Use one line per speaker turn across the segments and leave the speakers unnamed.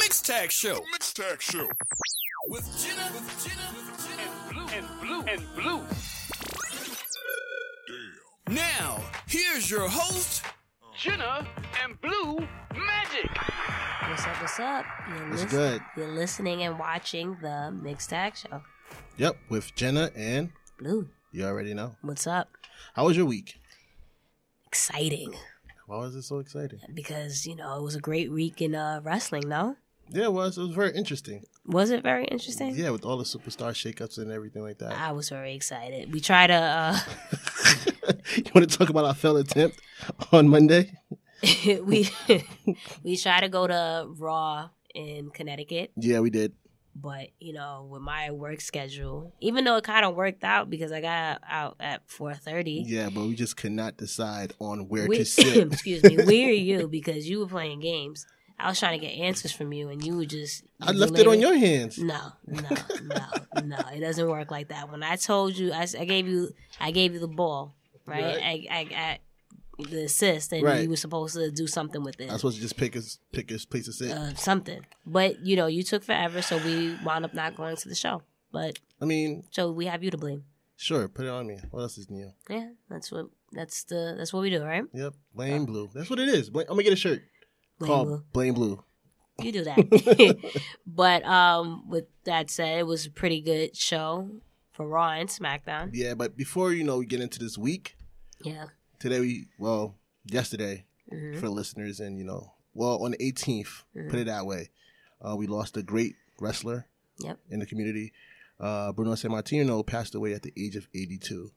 Mixtag Show
Mixtag Show.
with Jenna, with Jenna, with Jenna.
blue and blue and blue.
Damn.
Now, here's your host,
Jenna and blue magic.
What's up? What's up? You're
What's
lis-
good?
You're listening and watching the Mixed Tag Show.
Yep, with Jenna and
Blue,
you already know.
what's up?
How was your week?
Exciting
Why was it so exciting?
because you know it was a great week in uh, wrestling. No,
Yeah, it was. It was very interesting.
was it very interesting?
Yeah, with all the superstar shakeups and everything like that.
I was very excited. We try to. Uh,
you want to talk about our failed attempt on Monday?
we we try to go to Raw in Connecticut,
Yeah, we did.
but you know with my work schedule, even though it kind of worked out because I got out at four thirty.
Yeah, but we just could not decide on where
We-
to sit.
excuse me. Where are you? Because you were playing games. I was trying to get answers from you, and you were just.
I left it on
related-
your hands.
No, no, no, no. It doesn't work like that. When I told you, I, s- I gave you, I gave you the ball, right? I, I, I, the assist, and
Right.
you were supposed to do something with it,
I was supposed to just pick his pick his place to sit.
uh, something. But you know, you took forever, so we wound up not going to the show. But
I mean,
so we have you to blame.
sure, put it on me. What else is new?
Yeah, that's what. That's the. That's what we do, right?
Yep, blame blue. That's what it is. Blame, I'm gonna get a shirt
Blame
called
Will.
Blame Blue.
you do that. but um, with that said, it was a pretty good show for Raw and SmackDown.
Yeah, but before you know, we get into this week.
Yeah.
Today we well yesterday
Mhm.
for the listeners and you know well on the 18th put it that way uh, we lost a great wrestler
Yep.
in the community uh, bruno san martino passed away at the age of 82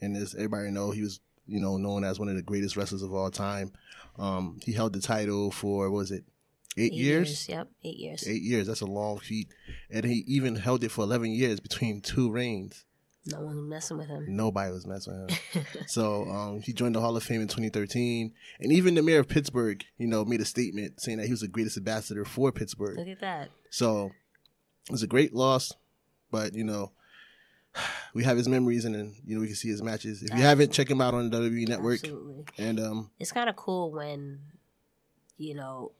and as everybody know he was you know known as one of the greatest wrestlers of all time um, he held the title for what was it eight, years?
Yep. Eight years.
eight years that's a long feat and he even held it for 11 years between two reigns
No one messing with him.
Nobody was messing with him. so um, he joined the Hall of Fame in 2013. And even the mayor of Pittsburgh, you know, made a statement saying that he was the greatest ambassador for Pittsburgh.
Look at that.
So it was a great loss, but, you know, we have his memories and, then, you know, we can see his matches. If you haven't, check him out on the WWE Network.
Absolutely.
And um,
It's kind of cool when, you know,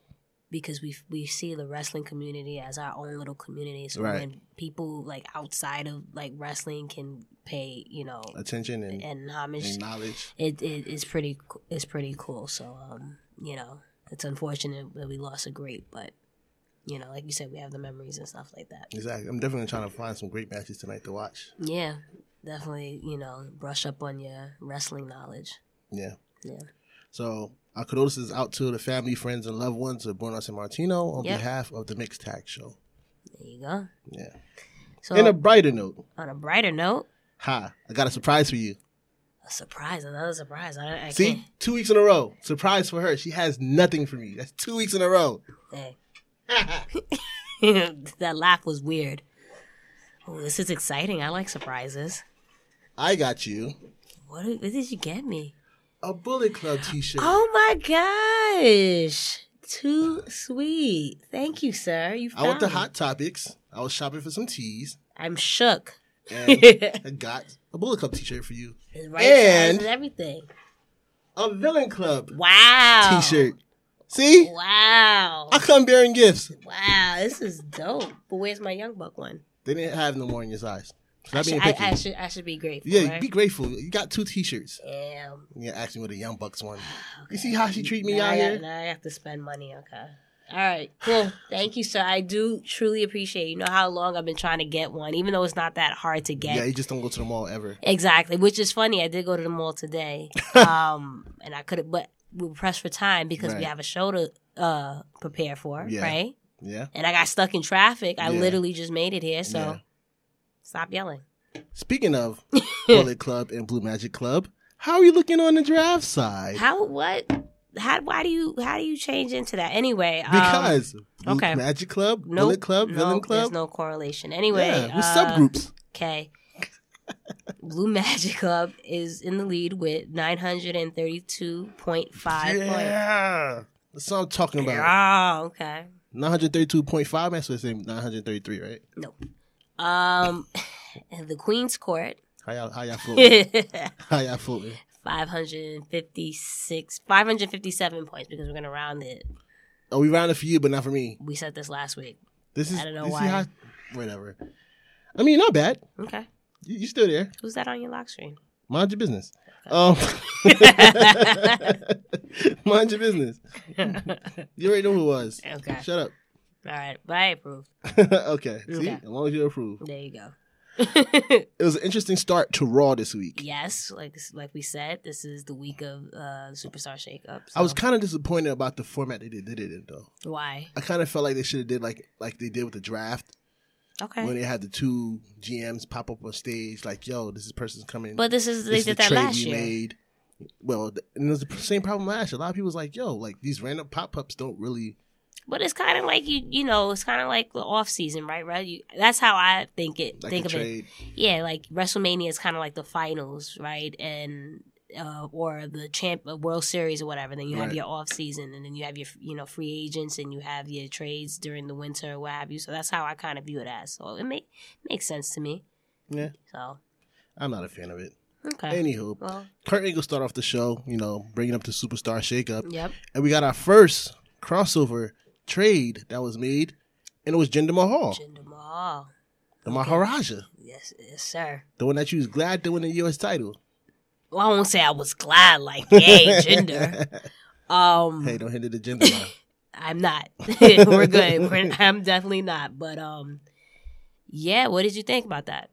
because we we see the wrestling community as our own little community. So
Right.
when people like outside of like wrestling can pay, you know,
attention and,
and homage
and knowledge.
it, it it's pretty co- it's pretty cool. So um, you know, it's unfortunate that we lost a great, but you know, like you said, we have the memories and stuff like that.
Exactly. I'm definitely trying to find some great matches tonight to watch.
Yeah, definitely. You know, brush up on your wrestling knowledge.
Yeah.
Yeah.
So our condolences out to the family, friends, and loved ones of Bruno San Martino on
Yep.
behalf of the Mixed Tag Show.
There you go.
Yeah.
So
In a brighter note,
on a brighter note,
ha, I got a surprise for you.
a surprise, another surprise. I, I
See,
can't.
two weeks in a row. Surprise for her. She has nothing for me. That's two weeks in a row.
Hey. that laugh was weird. Oh, this is exciting. I like surprises.
I got you
What, what did you get me?
a Bullet Club t shirt.
Oh my gosh. Too sweet. Thank you, sir. You
I went to
found me.
Hot Topics. I was shopping for some tees
I'm shook.
and I got a Bullet Club t shirt for you.
It's right size
And-
and everything.
A Villain Club
Wow.
t shirt. See?
Wow.
I come bearing gifts.
Wow. This is dope. But where's my young buck one?
They didn't have no more in your size. So
I
that being
should, I,
picky.
I should I should be grateful.
yeah,
right?
be grateful. You got two t shirts.
Damn.
Yeah, ask me what a Young Bucks one. You see how she treat me
now
out
I got-
here?
now I have to spend money. Okay. All right. Cool. Thank you, sir. I do truly appreciate. it. You know how long I've been trying to get one, even though it's not that hard to get.
Yeah, you just don't go to the mall ever.
Exactly, which is funny. I did go to the mall today, um, and I could have, but we were pressed for time because we
Right.
have a show to uh, prepare for,
Yeah.
right?
Yeah.
And I got stuck in traffic. I
Yeah.
literally just made it here, so
Yeah.
stop yelling.
Speaking of Bullet Club and Blue Magic Club, how are you looking on the draft side?
How? What? How? Why do you? How do you change into that anyway? um,
because Blue
okay.
Magic Club,
nope,
Bullet Club,
no,
Villain
There's
Club.
no correlation. Anyway,
yeah, with
uh,
subgroups.
Okay. Blue Magic Club is in the lead with 932.5 points.
Yeah. That's what I'm talking about.
Oh, okay.
932.5, that's what it's saying, 933, right?
No. Um, the Queen's Court,
How y'all, how y'all floating?
556,
how y'all floating?
557 points because we're going to round it
Oh, we rounded for you, but not for me.
We said this last week.
This is
I don't know
you see
why.
how- whatever. I mean, not bad.
Okay.
You, you're still there.
Who's that on your lock screen?
Mind your business. Um, mind your business. You already know who it was.
Okay.
Shut up.
All right. But I approve.
okay. See,
Okay.
as long as you approve.
There you go.
It was an interesting start to Raw this week.
yes, like like we said, this is the week of uh, superstar shakeup.
I was
so-
kind of disappointed about the format they did, they did it in, though.
why?
I kind of felt like they should have did like like they did with the draft
Okay.
when they had the two GMs pop up on stage, like, "Yo, this is person's coming."
But this is they
this is
did
the
that
trade
last
we
year.
Made. Well, th- and it was the same problem last year. A lot of people was like, "Yo, like these random pop ups don't really."
But it's kind of like you, you know, it's kind of like the off season, right? Right? You, that's how I think it.
Like
think
the
of
trade.
it. Yeah, like WrestleMania is kind of like the finals, right? And uh, or the champ uh, World Series or whatever. Then you have
Right.
your off season, and then you have your you know free agents, and you have your trades during the winter, or what have you. So that's how I kind of view it as. So it make, makes sense to me.
Yeah.
So
I'm not a fan of it.
okay.
Anywho,
well,
Kurt Angle start off the show, you know, bringing up the superstar shakeup,
yep.
and we got our first crossover trade that was made, and it was Jinder Mahal,
Jinder Mahal.
the Maharaja,
Yes, yes, sir.
the one that you was glad to win the U.S. title.
Well, I won't say I was glad, like, yay, Jinder. Um,
Hey, don't hinder the Jinder line.
I'm not. We're good. We're, I'm definitely not. But um, yeah. What did you think about that?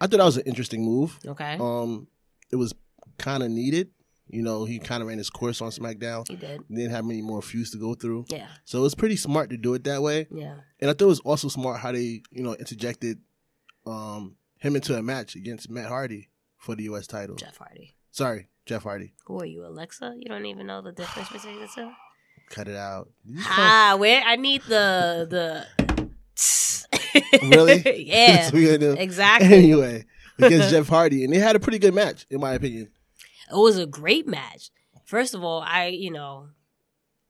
I thought that was an interesting move.
Okay,
Um, it was kind of needed. You know, he kind of ran his course on SmackDown.
you did.
didn't have many more feuds to go through.
Yeah,
So it was pretty smart to do it that way.
yeah,
And I thought it was also smart how they, you know, interjected um, him into a match against Matt Hardy for the U.S. title.
Jeff Hardy.
Sorry, Jeff Hardy.
Who are you, Alexa? You don't even know the difference between the two.
Cut it out. You just call-
Ah, where I need the the.
Really?
yeah.
That's what we gonna do.
Exactly.
Anyway, against Jeff Hardy. And they had a pretty good match, in my opinion.
it was a great match. First of all, I you know,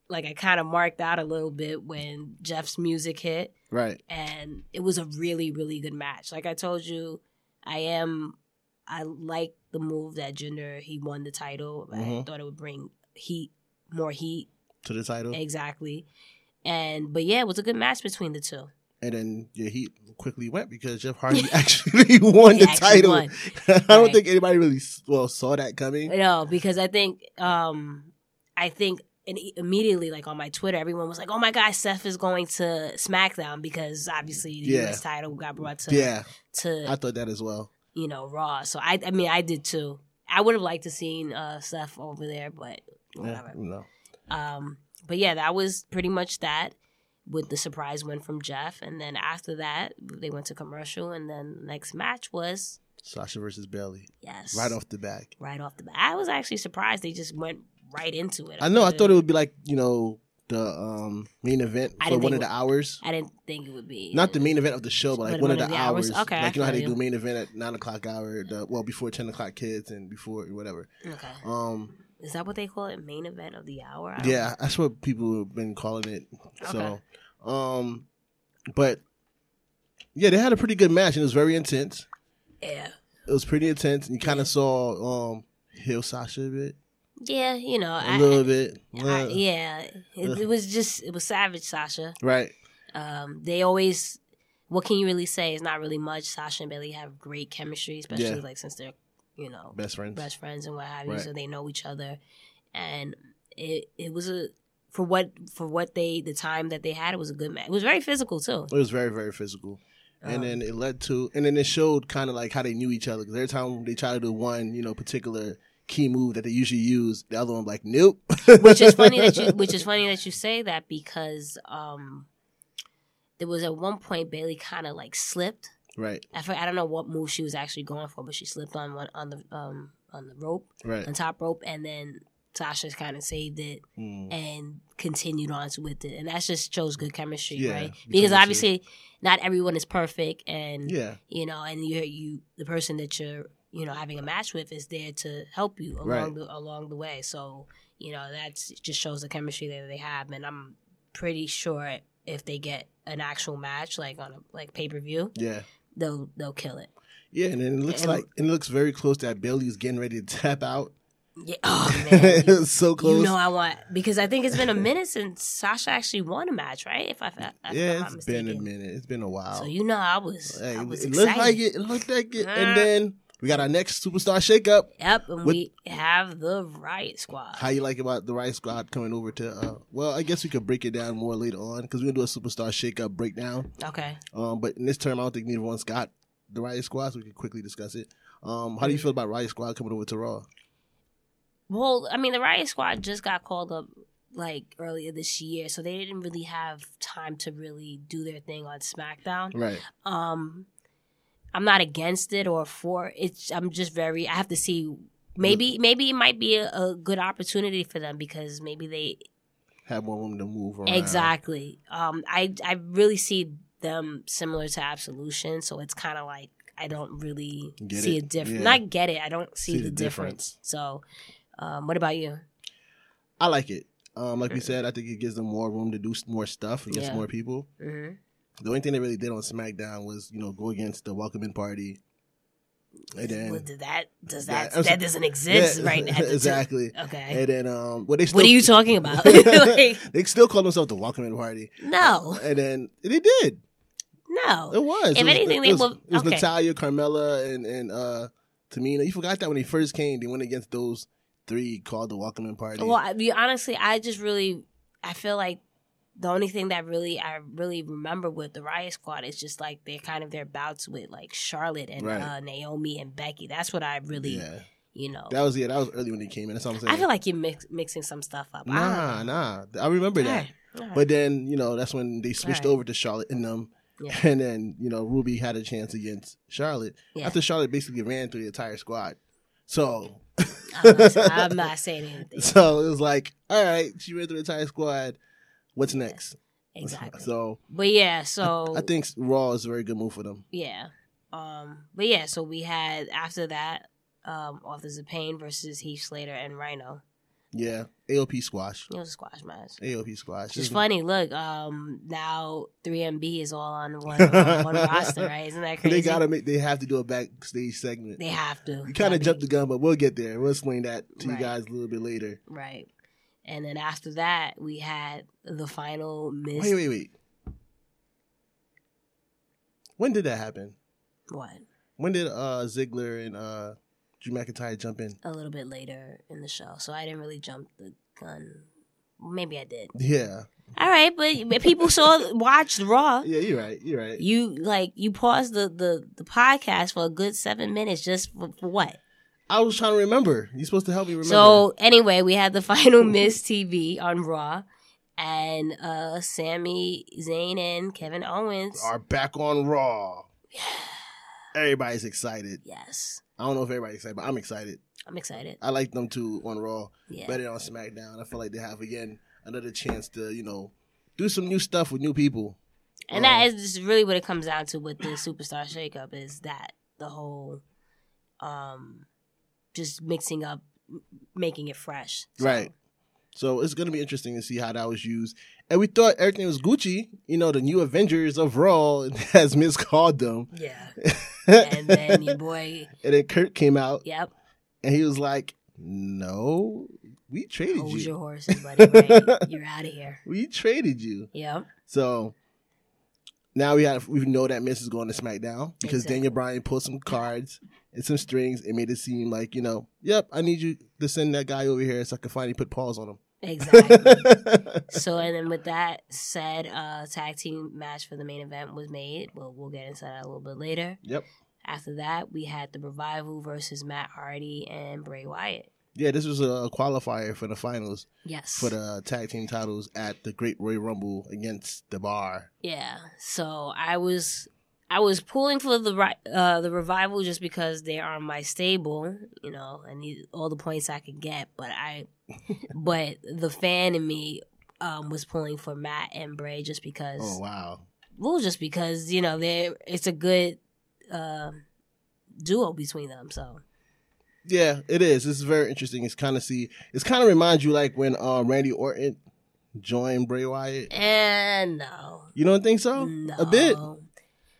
like I kind of marked out a little bit when Jeff's music hit.
Right.
and it was a really really good match like i told you i am i like the move that jinder he won the title i
Mhm.
thought it would bring heat more heat
To the title.
exactly and but yeah it was a good match between the two
And then yeah, he quickly went because Jeff Hardy actually won
He
the
actually
title.
won.
I don't
Right.
think anybody really s- well saw that coming.
no because i think um i think and i- immediately like on my twitter everyone was like oh my god seth is going to smackdown because obviously the
Yeah.
us title got brought to
yeah,
to
I thought that as well.
you know, Raw. So I, I mean, I did too. I would have liked to seen uh, Seth over there, but
Yeah,
whatever.
you know.
Um, but yeah, that was pretty much that with the surprise win from Jeff, and then after that, they went to commercial, and then the next match was
Sasha versus Bailey
yes,
right off the back.
right off the bat. I was actually surprised they just went right into it.
I know. I thought it would be like you know the um, main event
I
for
didn't
one of
think
the
it-
hours.
I didn't think it would be
Not the main event of the show, but like
But
one of the hours.
Okay,
like you know
I
how they
feel
do
you.
main event at nine o'clock hour, the, well before ten o'clock kids and before whatever.
Okay,
Um,
is that what they call it? Main event of the hour? I don't
yeah, that's what people have been calling it.
Okay.
So, um, but yeah, they had a pretty good match and it was very intense.
know. Yeah.
It was pretty intense. And you kind of saw um Hill Sasha a bit,
Yeah, you know,
a
Oh, I-
little bit,
I,
Uh,
yeah, it,
Ugh.
it was just it was savage, Sasha.
right?
Um, they always, what can you really say? It's not really much. Sasha and Bailey have great chemistry, especially
Yeah.
like since they're, you know,
Best friends.
best friends and what have you,
Right.
so they know each other. And it it was a for what for what they the time that they had, it was a good match. It was very physical too.
It was very very physical.
Um,
and then it led to, and then it showed kind of like how they knew each other. Because every time they try to do one, you know, particular key move that they usually use, the other one like, nope.
which is funny that you which is funny that you say that because um, there was at one point Bailey kind of like slipped.
right,
I forgot, I don't know what move she was actually going for, but she slipped on one on the um on the rope,
right.
on top rope, and then Tasha's kind of saved it
Mm.
and continued on with it, and that just shows good chemistry,
Yeah,
right?
between
Because
the two.
obviously, not everyone is perfect, and
Yeah,
you know, and you you the person that you're you know having a match with is there to help you along
Right.
the along the way. So you know that's just shows the chemistry that they have, and I'm pretty sure if they get an actual match like on a like pay per view,
yeah,
they'll they'll kill it.
yeah. And then it looks
And-
like and it looks very close that Bailey's getting ready to tap out,
Yeah. Oh man.
it was so close.
You know I want because I think it's been a minute since Sasha actually won a match, right? If I if I'm
yeah,
not
it's been a
mistaken.
minute. It's been a while.
So you know I was
Hey,
I
it
was
looked
excited.
like it. It looked like it.
Ah.
And then we got our next superstar shakeup.
Yep, and
What-
we have the Riot Squad.
How you like about the Rice Squad coming over to? Uh, well, I guess we could break it down more later on because we're gonna do a superstar shakeup breakdown.
Okay.
Um, but in this term, I don't think neither one's got the Riot Squad, so we can quickly discuss it. Um, how do you feel about Riot Squad coming over to Raw?
Well, I mean, the Riot Squad just got called up like earlier this year, so they didn't really have time to really do their thing on SmackDown.
Right.
Um, I'm not against it or for it. I'm just very. I have to see. Maybe maybe it might be a, a good opportunity for them because maybe they
Have more room to move around.
Exactly. Um, I I really see them similar to Absolution, so it's kind of like I don't really
Get
see
it.
a difference.
Yeah.
Not get it. I don't see, the, difference. So, um, what about you?
I like it. Um, like we said, I think it gives them more room to do s- more stuff against
Yeah.
more people.
hmm
The only thing they really did on SmackDown was, you know, go against the welcoming party. And then
Well, did that does
Yeah,
that
I'm
that,
so-
doesn't exist
Yeah,
right now?
exactly.
Okay.
And then um, well, they still,
what are you talking about? Like,
they still call themselves the welcoming party.
no,
And then they did. It
no.
was.
If
it was,
anything,
it
they
was,
will-
it was
okay.
Natalia, Carmella, and and uh, Tamina. You forgot that when they first came, they went against those three called the welcoming party.
Well, I mean, honestly, I just really I feel like the only thing that really I really remember with the Riot Squad is just like they're kind of their bouts with like Charlotte and
Right.
uh, Naomi and Becky. That's what I really
yeah,
you know.
that was yeah, that was early when they came in. That's what I'm saying.
I feel like you're mix, mixing some stuff up.
nah, nah, I remember that. But then you know that's when they switched
Alright.
over to Charlotte and them,
Yeah.
and then you know Ruby had a chance against Charlotte
Yeah.
after Charlotte basically ran through the entire squad. So
I'm, not, I'm not saying anything.
so it was like, all right, she ran through the entire squad. What's next?
Exactly.
So
but yeah, so
I think Raw is a very good move for them.
yeah. Um, but yeah, so we had after that, um, Authors of Pain versus Heath Slater and Rhino.
Yeah, AOP squash,
It was a squash match.
AOP squash.
Which is funny. Look, um, now 3MB is all on one, on one roster, right? Isn't that crazy?
They gotta make. They have to do a backstage segment.
They have to.
you kind
I
of
mean,
jumped the gun, but we'll get there. We'll explain that to
Right.
you guys a little bit later.
right. And then after that, we had the final miss.
Wait, wait, wait. When did that happen?
What?
When did uh Ziggler and uh Drew McIntyre jump in?
A little bit later in the show, so I didn't really jump the gun. Maybe I did.
Yeah,
All right, but but people saw watched Raw.
yeah, you're right. You're right.
You like you paused the the the podcast for a good seven minutes just for, for what?
I was trying to remember. You're supposed to help me remember.
So anyway, we had the final Miss TV on Raw, and uh Sammy Zayn and Kevin Owens.
are back on Raw. Everybody's excited.
yes,
I don't know if everybody's excited, but I'm excited.
I'm excited.
I like them too on Raw,
Yeah,
better than on SmackDown. I feel like they have again another chance to you know do some new stuff with new people.
and
uh,
that is just really what it comes down to with the superstar shakeup is that the whole, um, just mixing up, m- making it fresh. So,
Right. So it's gonna be interesting to see how that was used. And we thought everything was Gucci, you know, the new Avengers of Raw, as Miz called them.
Yeah. and then your boy.
And then Kurt came out
Yep.
and he was like, "No, we traded
Hold your
you.
horses, buddy. Right? You're out of here.
We traded you."
Yep.
So now we have we know that Miz is going to SmackDown because
Exactly.
Daniel Bryan pulled some cards and some strings and made it seem like you know, yep, I need you to send that guy over here so I can finally put paws on him.
Exactly. So and then with that said, uh tag team match for the main event was made. Well we'll get into that a little bit later.
yep.
After that we had the revival versus Matt Hardy and Bray Wyatt.
Yeah, this was a qualifier for the finals
Yes.
for the tag team titles at the Great Royal Rumble against the Bar.
yeah. So I was I was pulling for the ri- uh the revival just because they are my stable, you know, and need all the points I could get, but I but the fan in me um was pulling for Matt and Bray just because
Oh wow!
well just because you know they it's a good um duo between them so
Yeah, it is. This is very interesting. It's kind of see. It's kind of reminds you like when uh, Randy Orton joined Bray Wyatt.
and no
You don't think so?
no
A bit.
no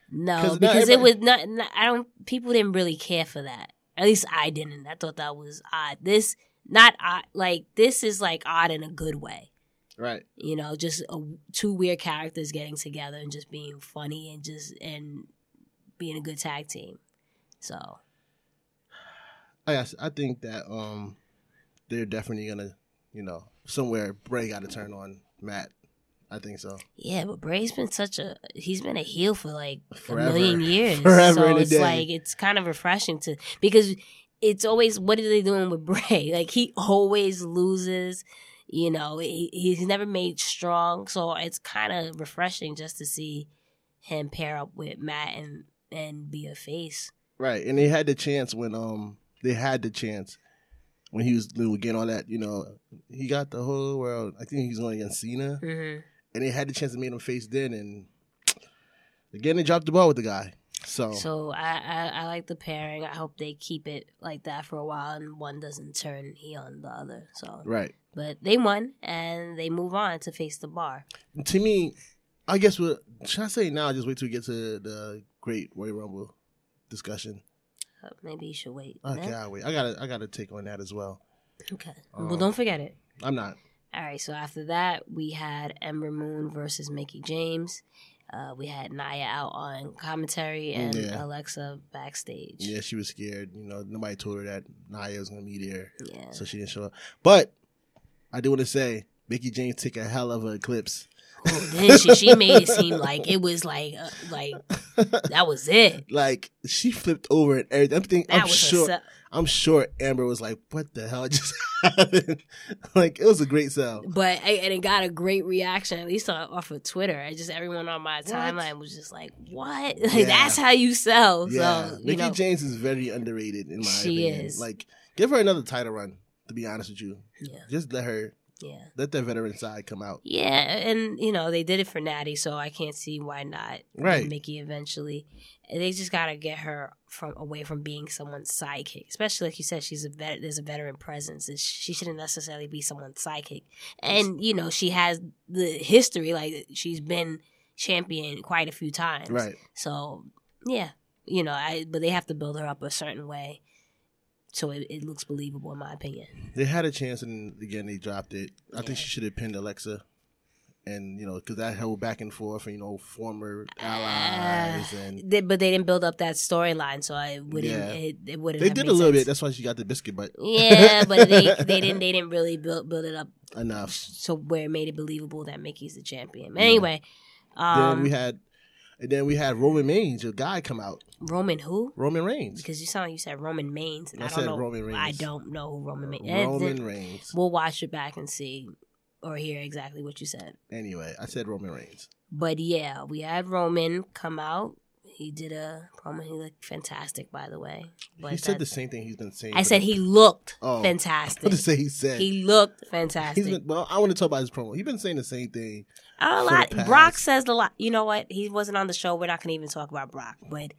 'Cause not
because it
everybody-
was not, not i don't people didn't really care for that at least i didn't i thought that was odd this Not odd. Like this is like odd in a good way.
Right.
You know, just a, two weird characters getting together and just being funny and just and being a good tag team. So
I guess, I think that um they're definitely gonna you know somewhere Bray got to turn on Matt. I think so.
yeah, but Bray's been such a he's been a heel for like
Forever.
a million years.
Forever
so
and a
it's
day.
like it's kind of refreshing to because it's always what are they doing with Bray? Like he always loses. You know, he, he's never made strong, so it's kind of refreshing just to see him pair up with Matt and and be a face.
Right, and they had the chance when um they had the chance when he was little getting all that you know he got the whole world. I think he's going against Cena,
Mm-hmm.
and they had the chance to make him face then, and again they dropped the ball with the guy. So,
So I, I I like the pairing. I hope they keep it like that for a while, and one doesn't turn heel on the other. So
right
But they won and they move on to face the bar.
to me, I guess what should I say now? Just wait till we get to the Great Royal Rumble discussion.
Uh, Maybe you should wait.
Okay,
no?
I'll wait. I gotta I gotta take on that as well.
Okay.
Um,
well, don't forget it.
I'm not
All right. So after that, we had Ember Moon versus Mickey James. Uh, we had Naya out on commentary and
Yeah.
Alexa backstage.
Yeah, she was scared. You know, nobody told her that Naya was gonna be there,
Yeah.
so she didn't show up. But I do want to say, Mickey James took a hell of an eclipse.
Oh, then she she made it seem like it was like uh, like that was it.
Like she flipped over and everything. I'm, think,
That
I'm
was
sure.
herself.
I'm sure Amber was like, "What the hell just happened?" like it was a great sell.
But I- and it got a great reaction, at least on- off of Twitter. I just everyone on my
What?
timeline was just like, "What? Like,
Yeah.
That's how you sell."
Yeah,
So you
Mickey
know,
James is very underrated in my
She
opinion.
is.
Like, give her another title run. To be honest with you,
yeah,
just let her
yeah,
let that veteran side come out.
yeah. And you know they did it for Natty, so I can't see why not.
Right.
Mickey eventually. And They just gotta get her from away from being someone's sidekick, especially like you said, she's a vet. There's a veteran presence. It's, she shouldn't necessarily be someone's sidekick, and you know she has the history. Like she's been champion quite a few times.
Right.
So yeah, you know, I but they have to build her up a certain way, so it, it looks believable in my opinion.
They had a chance, and again they dropped it. I
Yeah.
think she should have pinned Alexa, and you know because that whole back and forth, and you know former allies, and
They, but they didn't build up that storyline, so I wouldn't.
Yeah.
It, it wouldn't.
they
have
did
made
a little bit.
sense.
That's why she got the biscuit, but
Yeah, but they, they didn't. They didn't really build build it up
enough.
so where it made it believable that Mickey's the champion. But Anyway, um,
then we had, and then we had Roman Reigns, a guy come out,
Roman who?
Roman Reigns,
Because you sound like you said Roman Reigns. And
I
I,
said
don't know.
Roman Reigns.
I don't know who Roman Reigns. eh,
Roman
th-
Reigns.
We'll watch it back and see or hear exactly what you said.
Anyway, I said Roman Reigns.
But yeah, we had Roman come out. He did a promo. He looked fantastic, by the way. But
he said
that-
the same thing he's been saying.
I
for
said
the-
he looked
Oh, I
fantastic.
want to say he said.
He looked
He's
fantastic.
been, well, I want to talk about his promo. He's been saying the same thing.
a
so
lot.
past.
Brock says a lot. You know what? He wasn't on the show. We're not going to even talk about Brock. But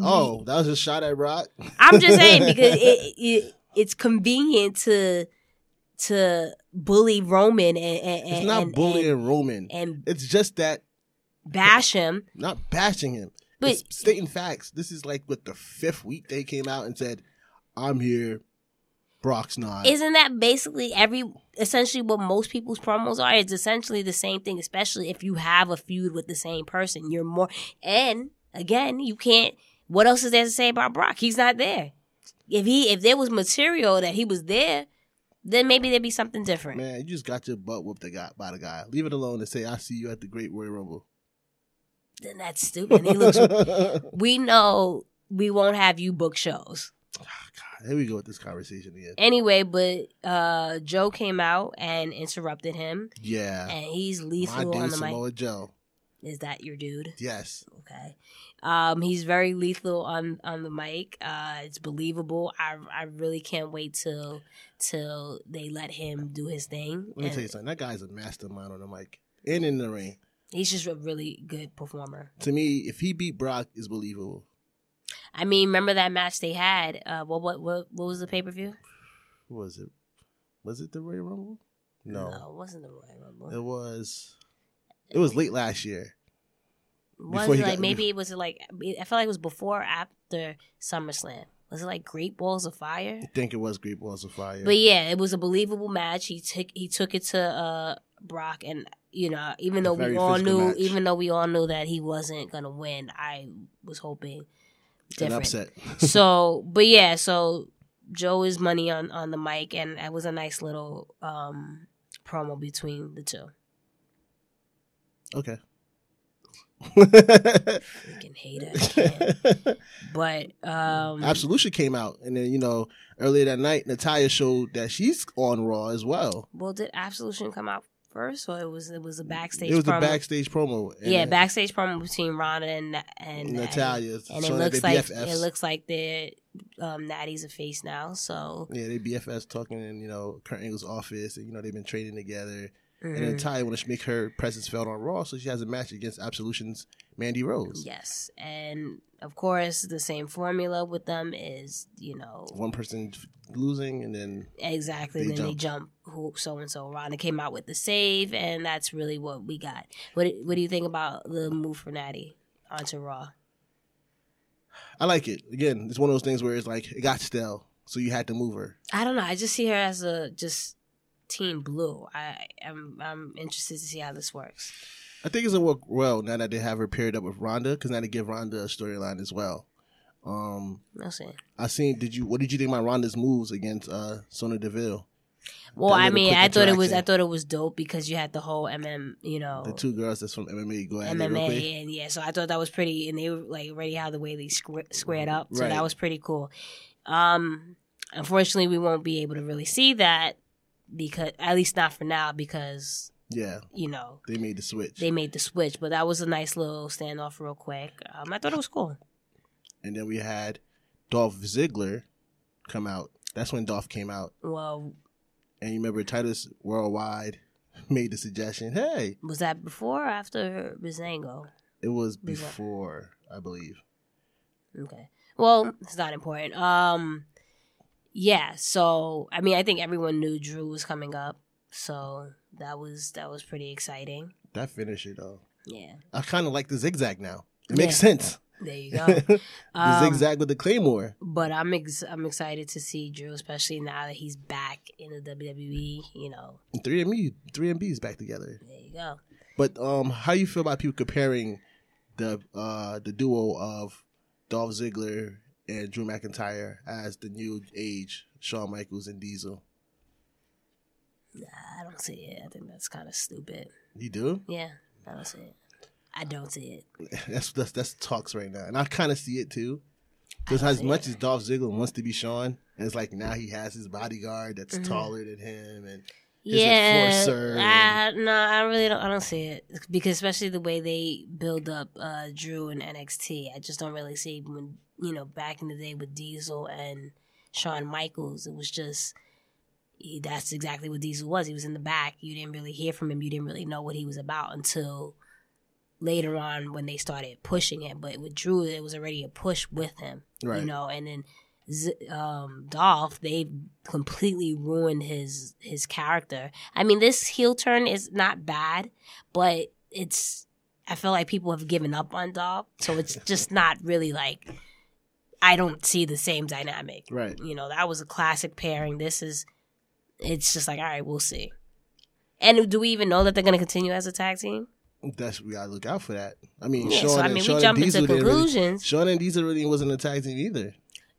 Oh, that was a shot at Brock.
I'm just saying because it, it it's convenient to to bully Roman and, and
It's
and-
not
and,
bullying Roman.
and, and
It's just that
bash him.
not bashing him.
But
it's stating facts. This is like what the fifth week they came out and said, "I'm here." Brock's not.
Isn't that basically every essentially what most people's promos are? It's essentially the same thing, especially if you have a feud with the same person. You're more and again, you can't what else is there to say about Brock? He's not there. If he if there was material that he was there, then maybe there'd be something different.
Man, you just got your butt whooped the guy, by the guy. Leave it alone and say, "I see you at the Great Royal Rumble." Ah,
Then that's stupid. And he looks we know we won't have you book shows.
Here we go with this conversation again.
Anyway, but uh Joe came out and interrupted him
Yeah,
and he's
my
lethal
dude
on the mic.
Samoa Joe.
Is that your dude?
Yes,
Okay. Um, he's very lethal on on the mic. Uh, it's believable. I I really can't wait till till they let him do his thing.
let me
And
tell you something. That guy's a mastermind on the mic and in the ring.
He's just a really good performer.
To me, if he beat Brock, it's believable.
I mean, remember that match they had? Uh, what what what, what was the pay per view?
Who was it? Was it the Royal Rumble? No,
it wasn't the Royal Rumble.
it was. It was late last year.
was
before
it
he
like
got-
maybe it was like I felt like it was before or after SummerSlam. was it like Great Balls of Fire?
I think it was Great Balls of Fire.
But yeah, it was a believable match. He took he took it to uh, Brock, and you know, even
A
though we
very
all
physical
knew,
match.
even though we all knew that he wasn't gonna win, I was hoping
An
different.
upset.
so, but yeah, so Joe is money on on the mic, and it was a nice little um promo between the two.
Okay.
Freaking hater, I can't. but um,
Absolution came out, and then you know earlier that night, Natalia showed that she's on Raw as well.
Well, did Absolution come out first, or it was it was a backstage?
it was
promo?
the backstage promo. and
Yeah,
then
backstage promo between Ronda and and
Natalia.
And it
showing
looks
that they
like
BFFs.
it looks like they're um, Natty's a face now. So
Yeah, they BFFs talking in you know Kurt Angle's office, and you know they've been trading together. And then
mhm.
Natalia wanted to make her presence felt on Raw, so she has a match against Absolution's Mandy Rose.
yes, and of course the same formula with them is you know
One person f- losing, and then
exactly
They
then they jump who so and so. Ronda came out with the save, and that's really what we got. What what do you think about the move for Natty onto Raw?
I like it. Again, it's one of those things where it's like it got stale, so you had to move her.
I don't know. I just see her as a just Team Blue. I I'm I'm interested to see how this works.
I think it's gonna work well now that they have her paired up with Ronda, because now they give Ronda a storyline as well. Um,
We'll see.
I seen. Did you? What did you think about Ronda's moves against uh, Sonya Deville?
Well,
That
I
little
mean,
quick
I thought it was I
interaction.
thought it was dope because you had the whole MM, you know,
The two girls that's from MMA go at it real quick.
MMA, and yeah, so I thought that was pretty, and they were like already how the way they squ- squared up, so
Right.
that was pretty cool. Um, unfortunately, we won't be able to really see that because at least not for now because
Yeah,
you know
they made the switch.
they made the switch, but that was a nice little standoff, real quick. Um, I thought it was cool.
and then we had Dolph Ziggler come out. That's when Dolph came out,
Well,
and you remember Titus Worldwide made the suggestion. Hey,
was that before or after Bizango?
it was
Yeah.
before, I believe.
Okay. Well, it's not important. Um yeah, so I mean I think everyone knew Drew was coming up. So that was that was pretty exciting.
That finisher though,
Yeah.
I kind of like the zigzag now. It makes sense.
There you go.
the
Um,
zigzag with the claymore.
But I'm ex- I'm excited to see Drew, especially now that he's back in the WWE, you know.
Three and me, three and B's back together.
There you go.
But um, how you feel about people comparing the uh the duo of Dolph Ziggler and Drew McIntyre as the new age Shawn Michaels and Diesel?
Nah, I don't see it. I think that's kinda stupid.
You do?
Yeah, I don't see it. I don't see it.
That's that's that's talks right now, and I kind of see it too. Because as much as Dolph Ziggler wants to be Shawn, it's like now he has his bodyguard that's
Mhm.
taller than him, and his
Yeah,
enforcer
I, no, I really don't. I don't see it because especially the way they build up uh, Drew and NXT, I just don't really see when you know back in the day with Diesel and Shawn Michaels, it was just he, that's exactly what Diesel was. He was in the back. You didn't really hear from him. You didn't really know what he was about until later on when they started pushing him. But with Drew, it was already a push with him
right?
you know and then Z- um dolph they completely ruined his his character i mean this heel turn is not bad but it's i feel like people have given up on dolph so it's just not really like i don't see the same dynamic
Right.
you know that was a classic pairing this is it's just like all right we'll see and do we even know that they're going to continue as a tag team
That's we gotta look out for that. I mean,
yeah
Shawn
so i
and,
mean we
Shawn and
jump
Diesel
into
didn't really-
conclusions
Shawn and Diesel really wasn't attacking either.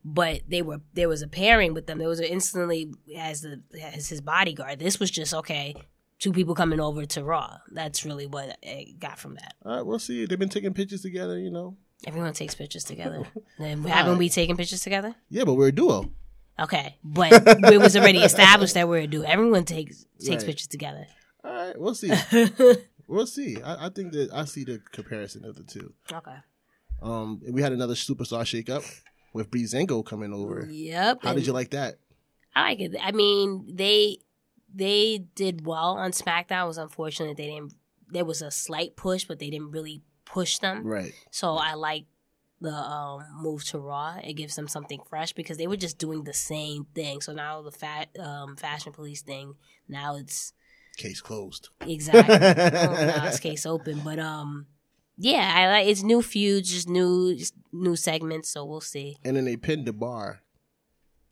but they were there was a pairing with them. There was instantly as the as his bodyguard. This was just okay. Two people coming over to Raw. That's really what I got from that.
All right, we'll see. They've been taking pictures together, you know.
Everyone takes pictures together. And
Alright.
haven't we taken pictures together?
Yeah, but we're a duo.
Okay, but it was already established that we're a duo. Everyone takes takes
Right.
pictures together.
All right, we'll see. we'll see. I, I think that I see the comparison of the two.
Okay.
Um, and we had another superstar shakeup with Breezango coming over.
Oh, Yep.
How did
and-
you like that?
I like it. I mean, they they did well on SmackDown. It was unfortunate they didn't. There was a slight push, but they didn't really push them.
Right.
So I like the um, move to Raw. It gives them something fresh because they were just doing the same thing. So now the fat um, fashion police thing. Now it's Oh,
Case closed.
exactly oh, now it's case open, but um, yeah, I like it's new feuds, just new just new segments. So we'll see.
and then they pinned the bar,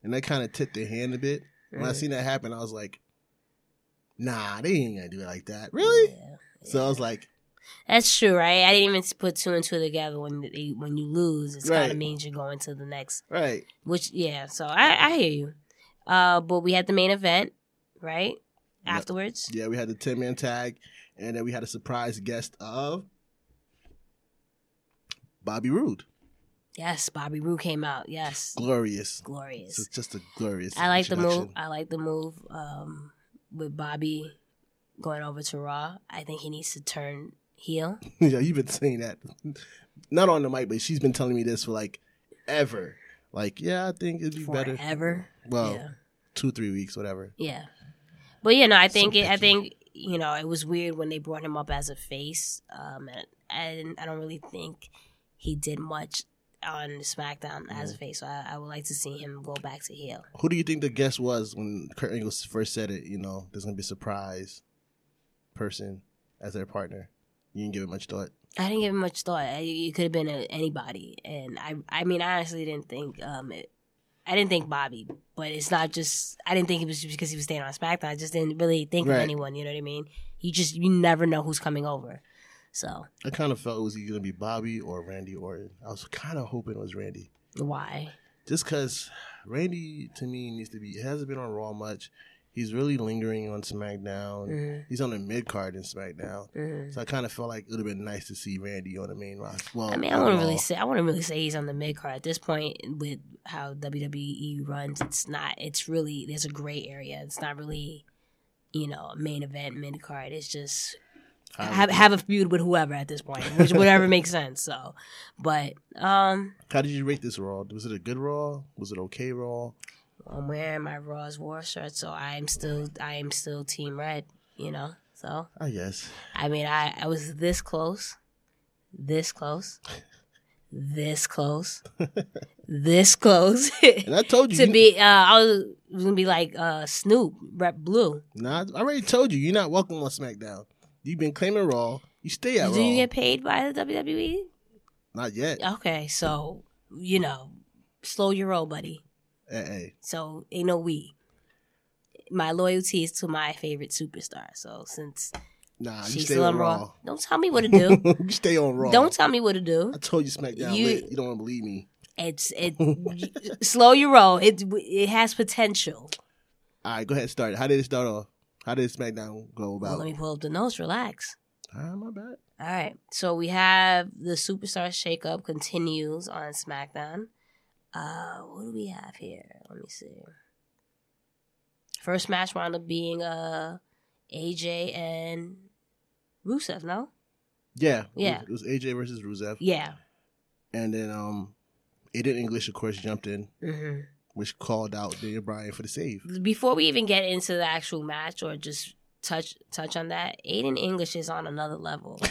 and that kind of tipped their hand a bit. When I
Mm.
seen that happen, I was like, "Nah, they ain't gonna do it like that, really."
Yeah.
So I was like,
That's true, right? I didn't even put two and two together when they, when you lose. It's kind
Right.
of means you're going to the next,
"Right,
which yeah. So I, I hear you. Uh, but we had the main event, right?
Yeah.
Afterwards,
yeah." We had the ten man tag, and then we had a surprise guest of Bobby Roode.
yes, Bobby Roode came out. Yes,
Glorious,
glorious.
it's just a glorious.
I like the move.
introduction.
I like the move um, with Bobby going over to Raw. I think he needs to turn heel.
yeah, you've been saying that, not on the mic, but she's been telling me this for like ever. Like, yeah, I think it'd be better.
forever.
Well,
yeah,
two, three weeks, whatever.
yeah. But you know, I think it, I
picky.
think you know it was weird when they brought him up as a face, um, and, and I don't really think he did much on SmackDown as a face. So I, I would like to see him go back to heel.
Who do you think the guest was when Kurt Angle first said it? You know, there's gonna be a surprise person as their partner. You didn't give it much thought.
I didn't give it much thought. I- It could have been a, anybody, and I I mean I honestly didn't think um it, I didn't think Bobby, but it's not just I didn't think it was just because he was staying on SmackDown. I just didn't really think
Right.
of anyone. You know what I mean? You just you never know who's coming over. So
I kind of felt it was either gonna be Bobby or Randy Orton. I was kind of hoping it was Randy,
why?
just because Randy to me needs to be. He hasn't been on Raw much. He's really lingering on SmackDown.
Mhm.
He's on the mid card in SmackDown.
Mhm.
So I kind of felt like it would have been nice to see Randy on the main roster. Well,
I mean, I
on
wouldn't
Raw.
really say I wouldn't really say he's on the mid card at this point with how WWE runs. It's not. It's really there's a gray area. It's not really you know main event mid card. It's just
Highly-
have have a feud with whoever at this point, which whatever makes sense. So, but um,
How did you rate this Raw? Was it a good Raw? Was it okay Raw?
I'm wearing my Raw's War shirt, so I am still I am still Team Red. You know, so
I guess.
I mean, I I was this close, this close, this close, this close
And I told you
to
you-
be. Uh, I was, was gonna be like uh Snoop Rep Blue.
Nah, I already told you you're not welcome on SmackDown. You've been claiming Raw. You stay at
Do
Raw.
you get paid by the WWE?
not yet.
Okay, so you know, slow your roll, buddy.
Hey, hey.
So ain't no we. My loyalty is to my favorite superstar. So since
Nah, Ah, you
she's
stay
still
on
on Raw,
Raw.
don't tell me what to do.
you stay on Raw.
don't tell me what to do.
I told you SmackDown
You-
lit. You don't want to believe me.
It's it. slow your roll. It it has potential.
All right, go ahead. Start. it. How did it start off? How did SmackDown go
Well,
about?
let me pull up the notes. Relax.
ah, my bad.
All right. So we have the superstar shakeup continues on SmackDown. Uh, what do we have here? Let me see. First match wound up being uh AJ and Rusev. No.
Yeah,
Yeah.
It was, it was AJ versus Rusev,
Yeah.
and then um, Aiden English, of course, jumped in,
hmm
which called out Daniel Bryan for the save.
Before we even get into the actual match or just touch touch on that, Aiden English is on another level.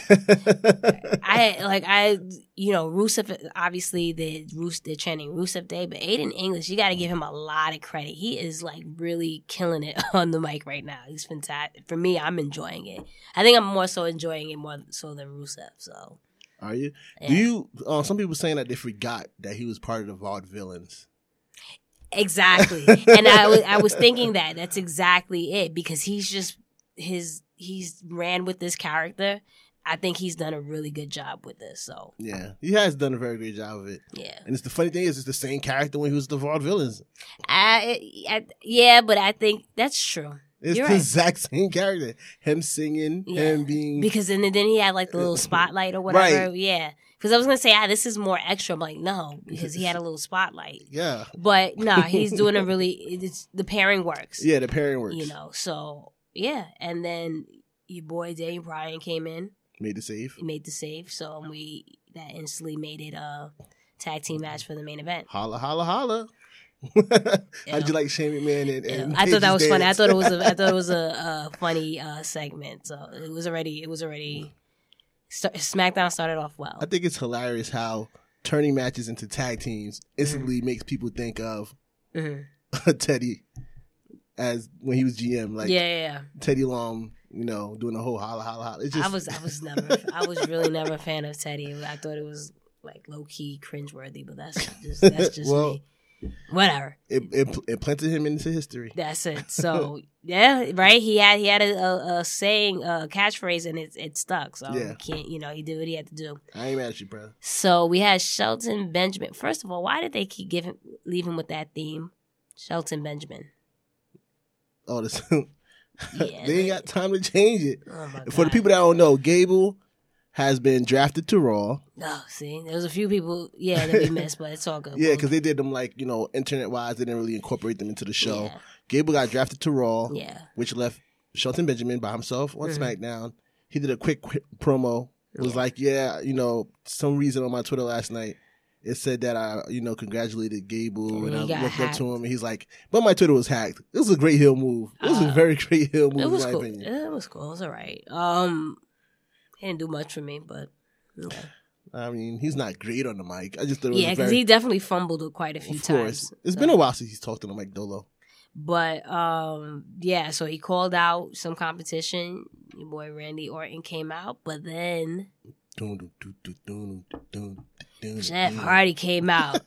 I like I you know Rusev obviously the Rus they're chanting Rusev Day, but Aiden English you got to give him a lot of credit. He is like really killing it on the mic right now. He's fantastic. For me, I'm enjoying it. I think I'm more so enjoying it more so than Rusev. So
Are you?
yeah.
Do you? Uh, some people saying that they forgot that he was part of the Vault Villains.
Exactly. and I was I was thinking that that's exactly it because he's just his he's ran with this character. I think he's done a really good job with this. So
Yeah, he has done a very great job of it.
yeah,
And it's the funny thing is, it's the same character when he was the Vaude villains.
I, I yeah, but I think that's true
It's
You're
the
right.
exact same character. Him singing,
Yeah.
him being
because then then he had like the little spotlight or whatever.
Right.
Yeah, because I was gonna say ah, this is more extra. I'm like no, because he had a little spotlight.
yeah,
But no, he's doing a really it's the pairing works.
yeah. The pairing works.
you know. So yeah, and then your boy Daniel Bryan came in.
Made the save.
he made the save, so we that instantly made it a tag team match for the main event.
Holla, holla, holla.
Yeah.
How'd you like Shane McMahon and,
Yeah.
and
I thought that was
Paige's
funny. I
dance?
thought it was a I thought it was a, a funny uh, segment. So it was already it was already st- SmackDown started off well.
I think it's hilarious how turning matches into tag teams instantly makes people think of
Mhm.
Teddy as when he was GM, like
yeah, yeah, yeah.
Teddy Long. you know, doing the whole holla holla holla. It's just
I was I was never I was really never a fan of Teddy. I thought it was like low key cringeworthy, but that's just that's just
Well-
me. Whatever.
it, it it planted him into history.
That's it. So yeah, right. He had he had a, a, a saying, a catchphrase, and it it stuck. So
Yeah.
you can't you know he did what he had to do.
I ain't mad at you, brother.
So we had Shelton Benjamin. First of all, why did they keep giving leaving with that theme, Shelton Benjamin?
Oh, this
Yeah.
they ain't got time to change it.
Oh my
For the
God.
people that don't know, Gable has been drafted to Raw.
No, Oh, see, there was a few people. Yeah, that we missed, but it's all good.
Yeah, because they did them like you know internet wise. They didn't really incorporate them into the show.
Yeah.
Gable got drafted to Raw,
yeah,
which left Shelton Benjamin by himself on
Mhm.
SmackDown. He did a quick, quick promo. It was
Yeah.
like, yeah, you know, some reason on my Twitter last night. It said that I, you know, congratulated Gable
And
and, I
Oh, he got
looked up
hacked.
to him and he's like, but my Twitter was hacked. This was a great heel move. This was a
Uh,
very great heel move,
it was
in my
cool.
opinion.
It was cool. It was all right. Um, he didn't do much for me, but okay.
I mean, he's not great on the mic. I just thought it was
yeah,
a
because
very,
he definitely fumbled it quite a few
of course.
times.
It's
So-
been a while since he's talked to the mic, Dolo.
But um, yeah, so he called out some competition. Your boy Randy Orton came out, but then
Mm-hmm.
Jeff Hardy came out,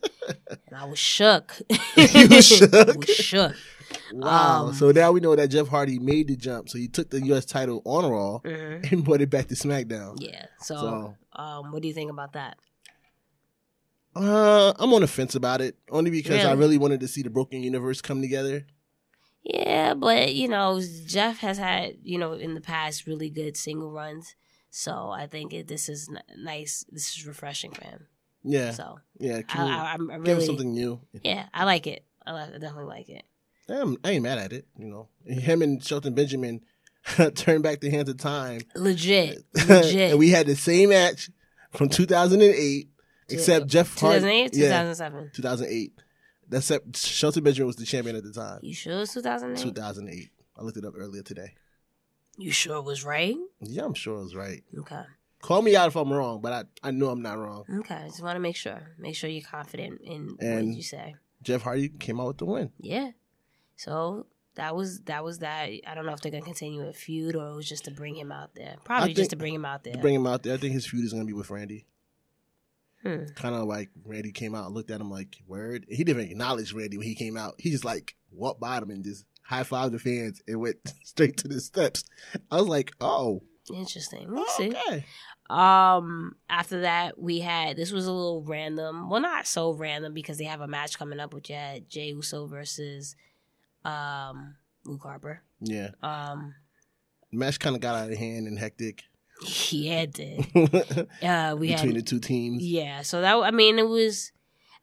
and I was shook.
You was shook?
I was shook.
Wow.
Um,
so now we know that Jeff Hardy made the jump. So he took the U.S. title on Raw
Mhm.
and brought it back to SmackDown.
Yeah. So,
So-
um, what do you think about that?
Uh, I'm on the fence about it, only because I
Really?
really wanted to see the Broken Universe come together.
Yeah, but you know, Jeff has had you know in the past really good single runs, so I think it, this is n- nice. This is refreshing for him.
Yeah,
So
yeah.
I,
Can you
I, I'm I
give him
really
something new.
yeah, I like it. I, like, I definitely like it.
Damn, I ain't mad at it. You know, him and Shelton Benjamin turned back the hands of time,
Legit, legit.
and we had the same match from 2008, except Jeff Hardy.
2008,
Yeah,
2007.
2008. Except Shelton Benjamin was the champion at the time.
You sure it was 2008?
2008. I looked it up earlier today.
You sure it was right?
Yeah, I'm sure I was right.
Okay,
Call me out if I'm wrong, but I, I know I'm not wrong.
okay. Just want to make sure. Make sure you're confident in
And-
what you say.
Jeff Hardy came out with the win.
Yeah. So that was that was that. I don't know if they're gonna continue a feud or it was just to bring him out there. Probably
think-
just to bring him out there.
To bring him out there, I think his feud is going to be with Randy.
Hmm.
Kind of like Randy came out, looked at him like, word. He didn't even acknowledge Randy when he came out. He just like walked by him and just high fived the fans and went straight to the steps. I was like, oh,
Interesting. We'll see.
okay.
Um. After that, we had this was a little random. Well, not so random because they have a match coming up, which had Jey Uso versus um Luke Harper.
Yeah.
Um.
The match kind of got out of hand and hectic
Yeah, it did.
between
Uh, we had
the two teams.
Yeah, so that I mean, it was.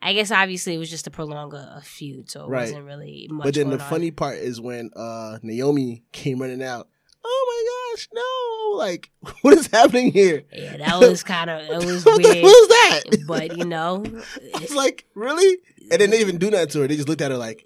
I guess obviously it was just to prolong a, a feud, so it
Right.
wasn't really much.
But then the
going on.
funny part is when uh, Naomi came running out. Oh my gosh, no! Like, what is happening here?
yeah, that was kind of it was
what the
weird.
hell is that?
but you know,
it's like really, and then they even do nothing to her. They just looked at her like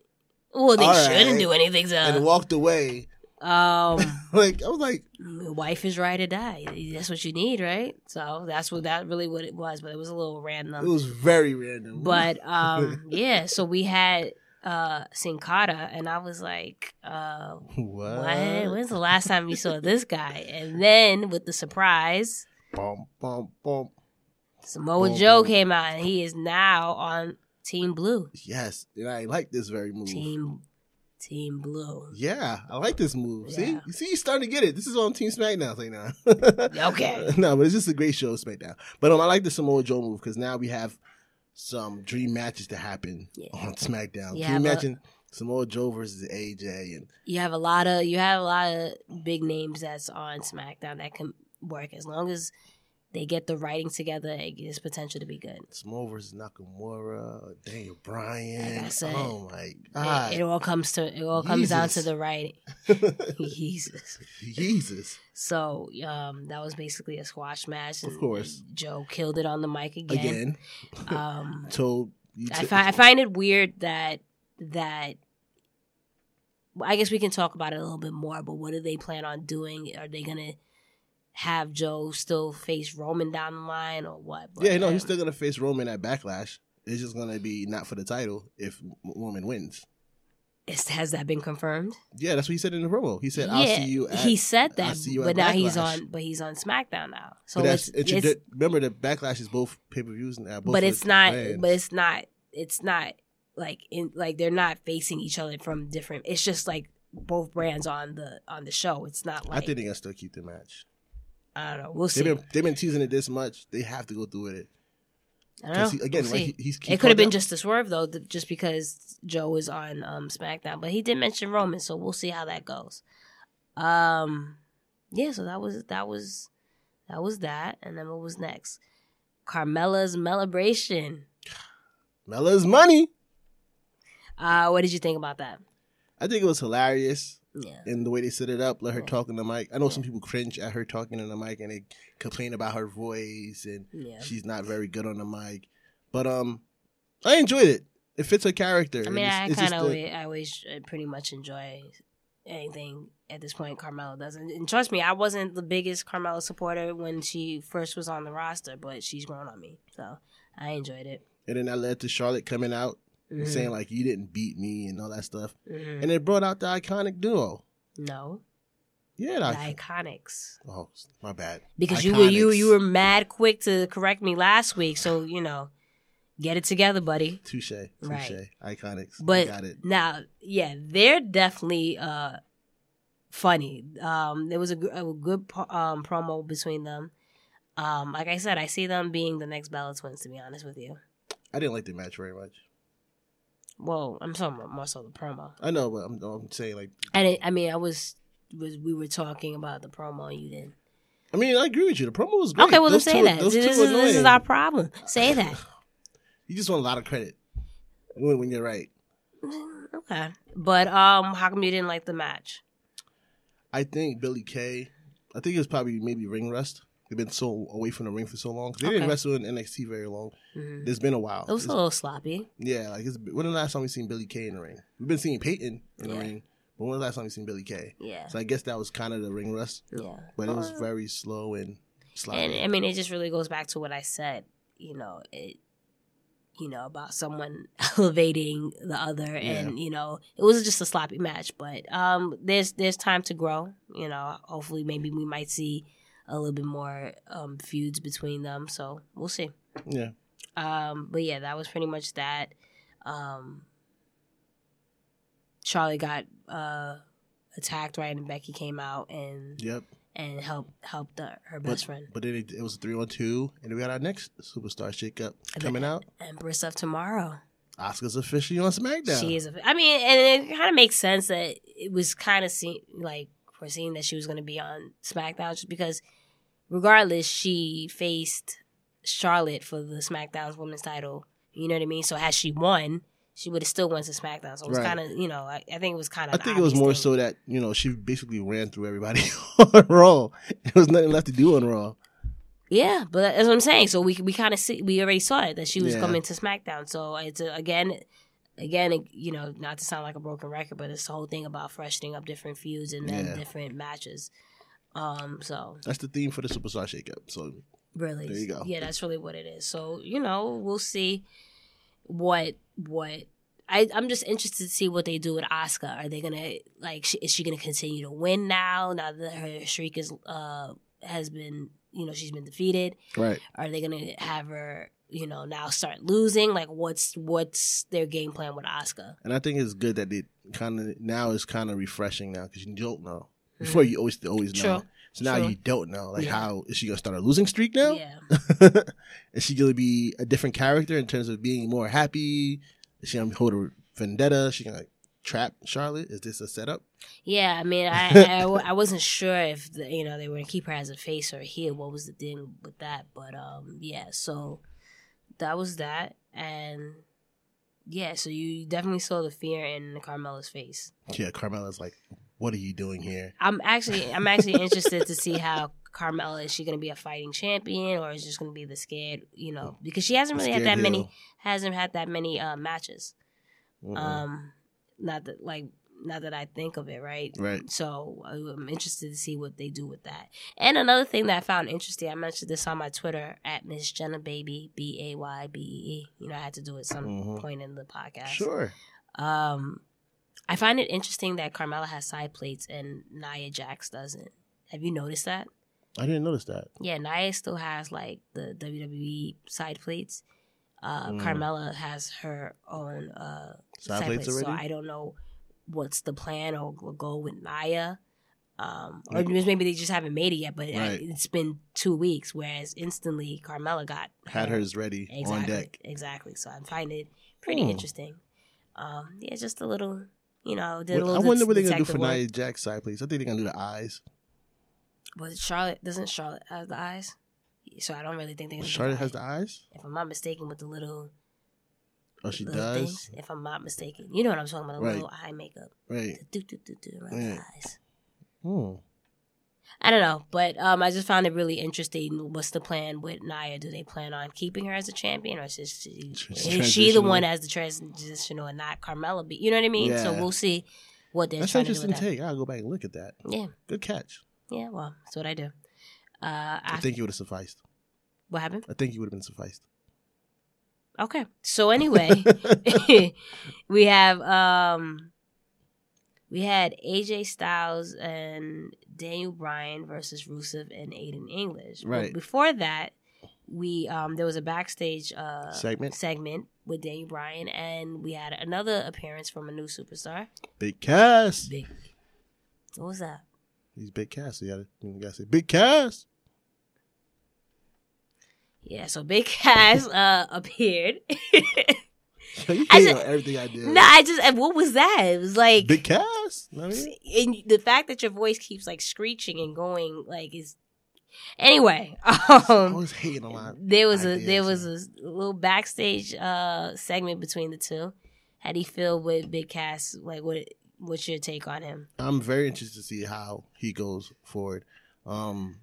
well, they
all
shouldn't
right.
do anything
and
to.
walked away.
Um,
Like I was like,
wife is right or die. That's what you need, right? So that's what that really what it was, but it was a little
it
random.
was very random.
But um, yeah, so we had uh Sin Cara, and I was like, uh,
what?
what? When's the last time you saw this guy? And then with the surprise.
Bum, bum, bum.
Samoa
Boom,
Joe
boom.
came out and he is now on Team Blue.
Yes, and I like this very move.
Team Team Blue.
Yeah, I like this move. See,
Yeah.
you see, you starting to get it. This is on Team SmackDown thing now.
Okay.
no, but it's just a great show, SmackDown. But um, I like the Samoa Joe move because now we have some dream matches to happen
Yeah.
on SmackDown.
Yeah,
Can you
but-
imagine Samoa Joe versus AJ and
You have a lot of you have a lot of big names that's on SmackDown that can work as long as they get the writing together. It has potential to be good.
Samoa versus Nakamura, Daniel Bryan?
Like I said,
oh my
It, it
god,
all comes to it all comes down to
Jesus.
the writing. Jesus.
Jesus!
So um, that was basically a squash match.
Of course.
Joe killed it on the mic again.
Again,
Um,
told you
I,
to-
fi- I find it weird that that well, I guess we can talk about it a little bit more. But what do they plan on doing? Are they gonna have Joe still face Roman down the line or what? But,
yeah, no, he's
um,
still gonna face Roman at Backlash. It's just gonna be not for the title if Roman wins.
Is, has that been confirmed?
Yeah, that's what he said in the promo. He said, "I'll see you." At,
he said that,
see you at
but now he's
Backlash.
on. But he's on SmackDown now. So
but that's,
it's,
it's,
it's-
remember that backlash is both pay per views now. Both
but
of
it's not.
brands.
But it's not. It's not like in like they're not facing each other from different. It's just like both brands on the on the show. It's not
I
like I,
think they can still keep the match.
don't know. We'll see.
They've been, they've been teasing it this much. They have to go through with it.
I don't know.
'Cause he- again,
We'll
like,
see.
he- he's he
it could have
called
been
out-
just a swerve though, th- just because Joe was on um, SmackDown, but he did mention Roman, so we'll see how that goes. Um, yeah, so that was that was that was that, and then what was next? Carmella's celebration.
Mella's money.
Uh, what did you think about that?
I think it was hilarious.
Yeah,
and the way they set it up, let her
Yeah.
talk in the mic. I know some
Oh. Yeah.
people cringe at her talking in the mic and they complain about her voice and
yeah.
she's not very good on the mic. But um, I enjoyed it. It fits her character.
I mean,
It's-
I
it's
kind
just
of
the-
I always uh, pretty much enjoy anything at this point Carmella does, and, and trust me, I wasn't the biggest Carmella supporter when she first was on the roster, but she's grown on me, so I enjoyed it.
and then that led to Charlotte coming out and
Mhm.
saying like, "You didn't beat me" and all that stuff.
Mhm.
And it brought out the iconic duo.
No,
Yeah, the
the
icon-
iconics.
oh my bad.
Because you were you
Iconics.
you were mad quick to correct me last week, so you know, get it together, buddy.
touche, touche,
Right.
iconics. You
But
got it.
now, yeah, they're definitely uh, funny. Um, there was a, g- a good pro- um, promo between them. Um, like I said, I see them being the next Bella Twins. To be honest with you,
I didn't like the match very much.
well, I'm talking about more so the promo.
I know, but I'm, I'm saying like,
I didn't, I mean, I was was we were talking about the promo. You didn't.
I mean, I agree with you. The promo was great.
Okay, well, then
Those
say
two-
that.
those
This is,
two
this is
annoying.
our problem. Say that.
You just want a lot of credit when, when you're right.
Mm, Okay. But um, how come you didn't like the match?
I think Billy Kay, I think it was probably maybe ring rust. They've been so away from the ring for so long. They didn't
Okay.
wrestle in NXT very long.
Mhm.
It's been a while.
It was a
It's-
little sloppy.
yeah, like it's, when the last time we seen Billy Kay in the ring? We've been seeing Peyton in the
Yeah.
ring, but when was the last time we seen Billy Kay?
Yeah.
So I guess that was kind of the ring rust,
Yeah.
but it was
Uh,
very slow and sloppy.
and I mean, it just really goes back to what I said. You know, it. You know about someone elevating the other, and you know it was just a sloppy match. But um, there's there's time to grow. You know, hopefully, maybe we might see a little bit more um feuds between them. So we'll see.
yeah,
Um, but yeah, that was pretty much that. Um, Charlie got uh, attacked right, and Becky came out and
yep.
and helped helped her, her
But
best friend,
but then it, it was three on two, and we got our next superstar shakeup coming out.
Empress of Tomorrow.
Oscar's officially on SmackDown.
She is. A, I mean, and it kind of makes sense that it was kind of seen like foreseen that she was going to be on SmackDown just because, regardless, she faced Charlotte for the SmackDown's Women's Title. You know what I mean? So had she won, she would have still went to SmackDown. So it was
Right.
kind of you know I, I think it was kind
I
of.
think it was more so that you know she basically ran through everybody on Raw. There was nothing left to do on Raw.
Yeah, but that's what I'm saying. So we we kind of see we already saw it that she was
Yeah.
coming to SmackDown. So it's a, again, again, it- you know, not to sound like a broken record, but it's the whole thing about freshening up different feuds and then
Yeah.
different matches. Um, so
That's the theme for the Superstar Shakeup. So
really,
There you go.
Yeah, that's really what it is. So you know, we'll see what what. I, I'm just interested to see what they do with Oscar. Are they gonna like? She, is she gonna continue to win now? Now that her streak is uh has been, you know, she's been defeated
right,
are they gonna have her you know now start losing like what's what's their game plan with oscar
and I think it's good that it kind of now is kind of refreshing now because you don't know before you always always know.
Mm. True.
So now
True.
you don't know like
Yeah.
how is she gonna start a losing streak now?
yeah
is she gonna be a different character in terms of being more happy? Is she gonna hold a vendetta? Is she gonna like, trap Charlotte? Is this a setup?
yeah i mean i i, I wasn't sure if the, you know they were gonna keep her as a face or a heel what was the thing with that but um yeah so that was that and yeah so you definitely saw the fear in carmela's face
Yeah, Carmella's like, what are you doing here?
i'm actually i'm actually interested to see how carmela is she gonna be a fighting champion or is she just gonna be the scared you know because she hasn't really had that
Scared
many
heel.
hasn't had that many uh, matches.
Mm-mm.
Um, not that like not that I think of it, right?
right.
So uh, I'm interested to see what they do with that. And another thing that I found interesting, I mentioned this on my Twitter at Miss Jenna Baby B A Y B E E. You know, I had to do it some
Mhm.
point in the podcast.
Sure.
Um, I find it interesting that Carmella has side plates and Nia Jax doesn't. Have you noticed that?
I didn't notice that.
Yeah, Nia still has like the WWE side plates. Uh,
Mm.
Carmella has her own uh,
Side plates
So
already?
I don't know what's the plan or g- go with Nia. Um, or
Mm.
maybe they just haven't made it yet, but I-
Right.
it's been two weeks. Whereas instantly, Carmella got
Had hers ready
exactly,
on deck.
Exactly. So I find it pretty
Hmm.
interesting. Um, yeah, just a little, you know, did a
What-
little.
I wonder what they're gonna do
detective
for
work.
Nia Jax side please. I think they're gonna do the eyes.
But Charlotte doesn't Charlotte have the eyes, so I don't really think they're gonna. do
Charlotte
that.
has the eyes.
If I'm not mistaken, with the little,
Oh, she
little
does.
Things, if I'm not mistaken, you know what I'm talking about. The
Right.
little eye makeup,
Right.
the do do do do around
Yeah.
the eyes.
Hmm.
I don't know, but um, I just found it really interesting. What's the plan with Nia? Do they plan on keeping her as a champion, or is, this, is she the
Transitional.
one as the transitional and not Carmella? Be you know what I mean? So
Yeah.
we'll see what they're
That's an
trying to do
interesting
with that.
take. I'll go back and look at that.
Yeah,
Good catch.
yeah. Well, that's what I do. Uh,
I
I,
think you would have sufficed.
what happened?
I think you would have been sufficed.
Okay. So anyway, we have um we had AJ Styles and Daniel Bryan versus Rusev and Aiden English. But
Right.
before that, we um there was a backstage uh
Segment.
segment with Daniel Bryan and we had another appearance from a new superstar.
Big Cass.
Big. What was that?
He's Big Cass. You gotta, you gotta say Big Cass.
Yeah, so Big Cass uh appeared. I
you hate
said-
on everything I did.
no, I just and what was that? It was like
Big Cass. Know what I mean?
and the fact that your voice keeps like screeching and going like is anyway um
I was hating on my.
there was a
ideas,
there was
yeah.
a little backstage uh segment between the two how do you feel with big cass like what what's your take on him
I'm very interested to see how he goes forward. Um,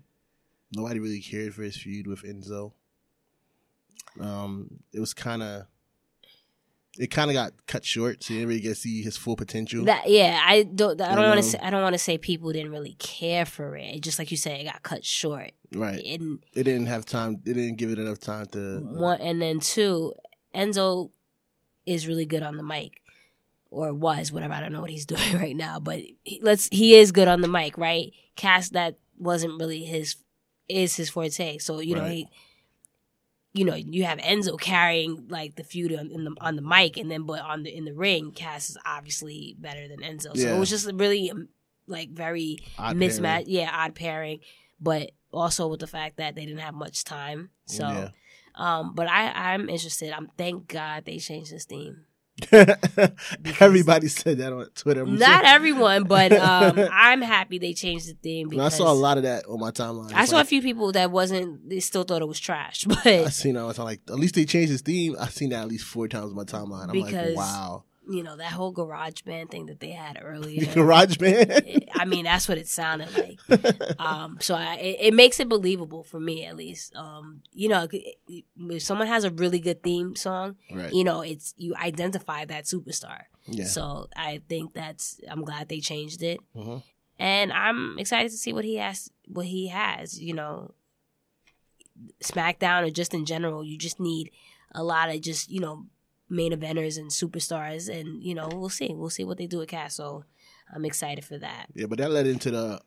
nobody really cared for his feud with Enzo. Um, it was kind of, it kind of got cut short, so you didn't really get to see his full potential.
that yeah i don't i don't want
know.
to say i don't want to say people didn't really care for it It's just like you said it got cut short
right.
and
It didn't have time. It didn't give it enough time to.
one and then two enzo is really good on the mic or was whatever i don't know what he's doing right now but he, let's he is good on the mic right cast that wasn't really his is his forte so you know
Right.
he you know you have enzo carrying like the feud on, in the, on the mic and then but on the in the ring Cass is obviously better than enzo so
Yeah.
it was just really um, like very
odd
mismatch
pairing.
yeah odd pairing but also with the fact that they didn't have much time so
Yeah.
um, but I, I'm interested. I'm thank God they changed this theme.
Everybody said that on Twitter. I'm
Not
sure.
everyone, but um, I'm happy they changed the theme
And I
because
saw a lot of that on my timeline.
I
It's
saw a
like,
few people that wasn't. They still thought it was trash,
I
but
seen that. I was like, at least they changed his theme. I seen that at least four times on my timeline. I'm
Because-
like, wow,
you know that whole garage band thing that they had
The
earlier.
Garage Band.
I mean, that's what it sounded like. Um, so I, it, it makes it believable for me, at least. Um, you know, if someone has a really good theme song,
right.
you know, it's you identify that superstar.
Yeah.
So I think that's. I'm glad they changed it.
Mhm.
and I'm excited to see what he has. What he has, you know, SmackDown or just in general, you just need a lot of just you know main eventers and superstars, and you know we'll see, we'll see what they do with Cass. So I'm excited for that.
Yeah, but that led into the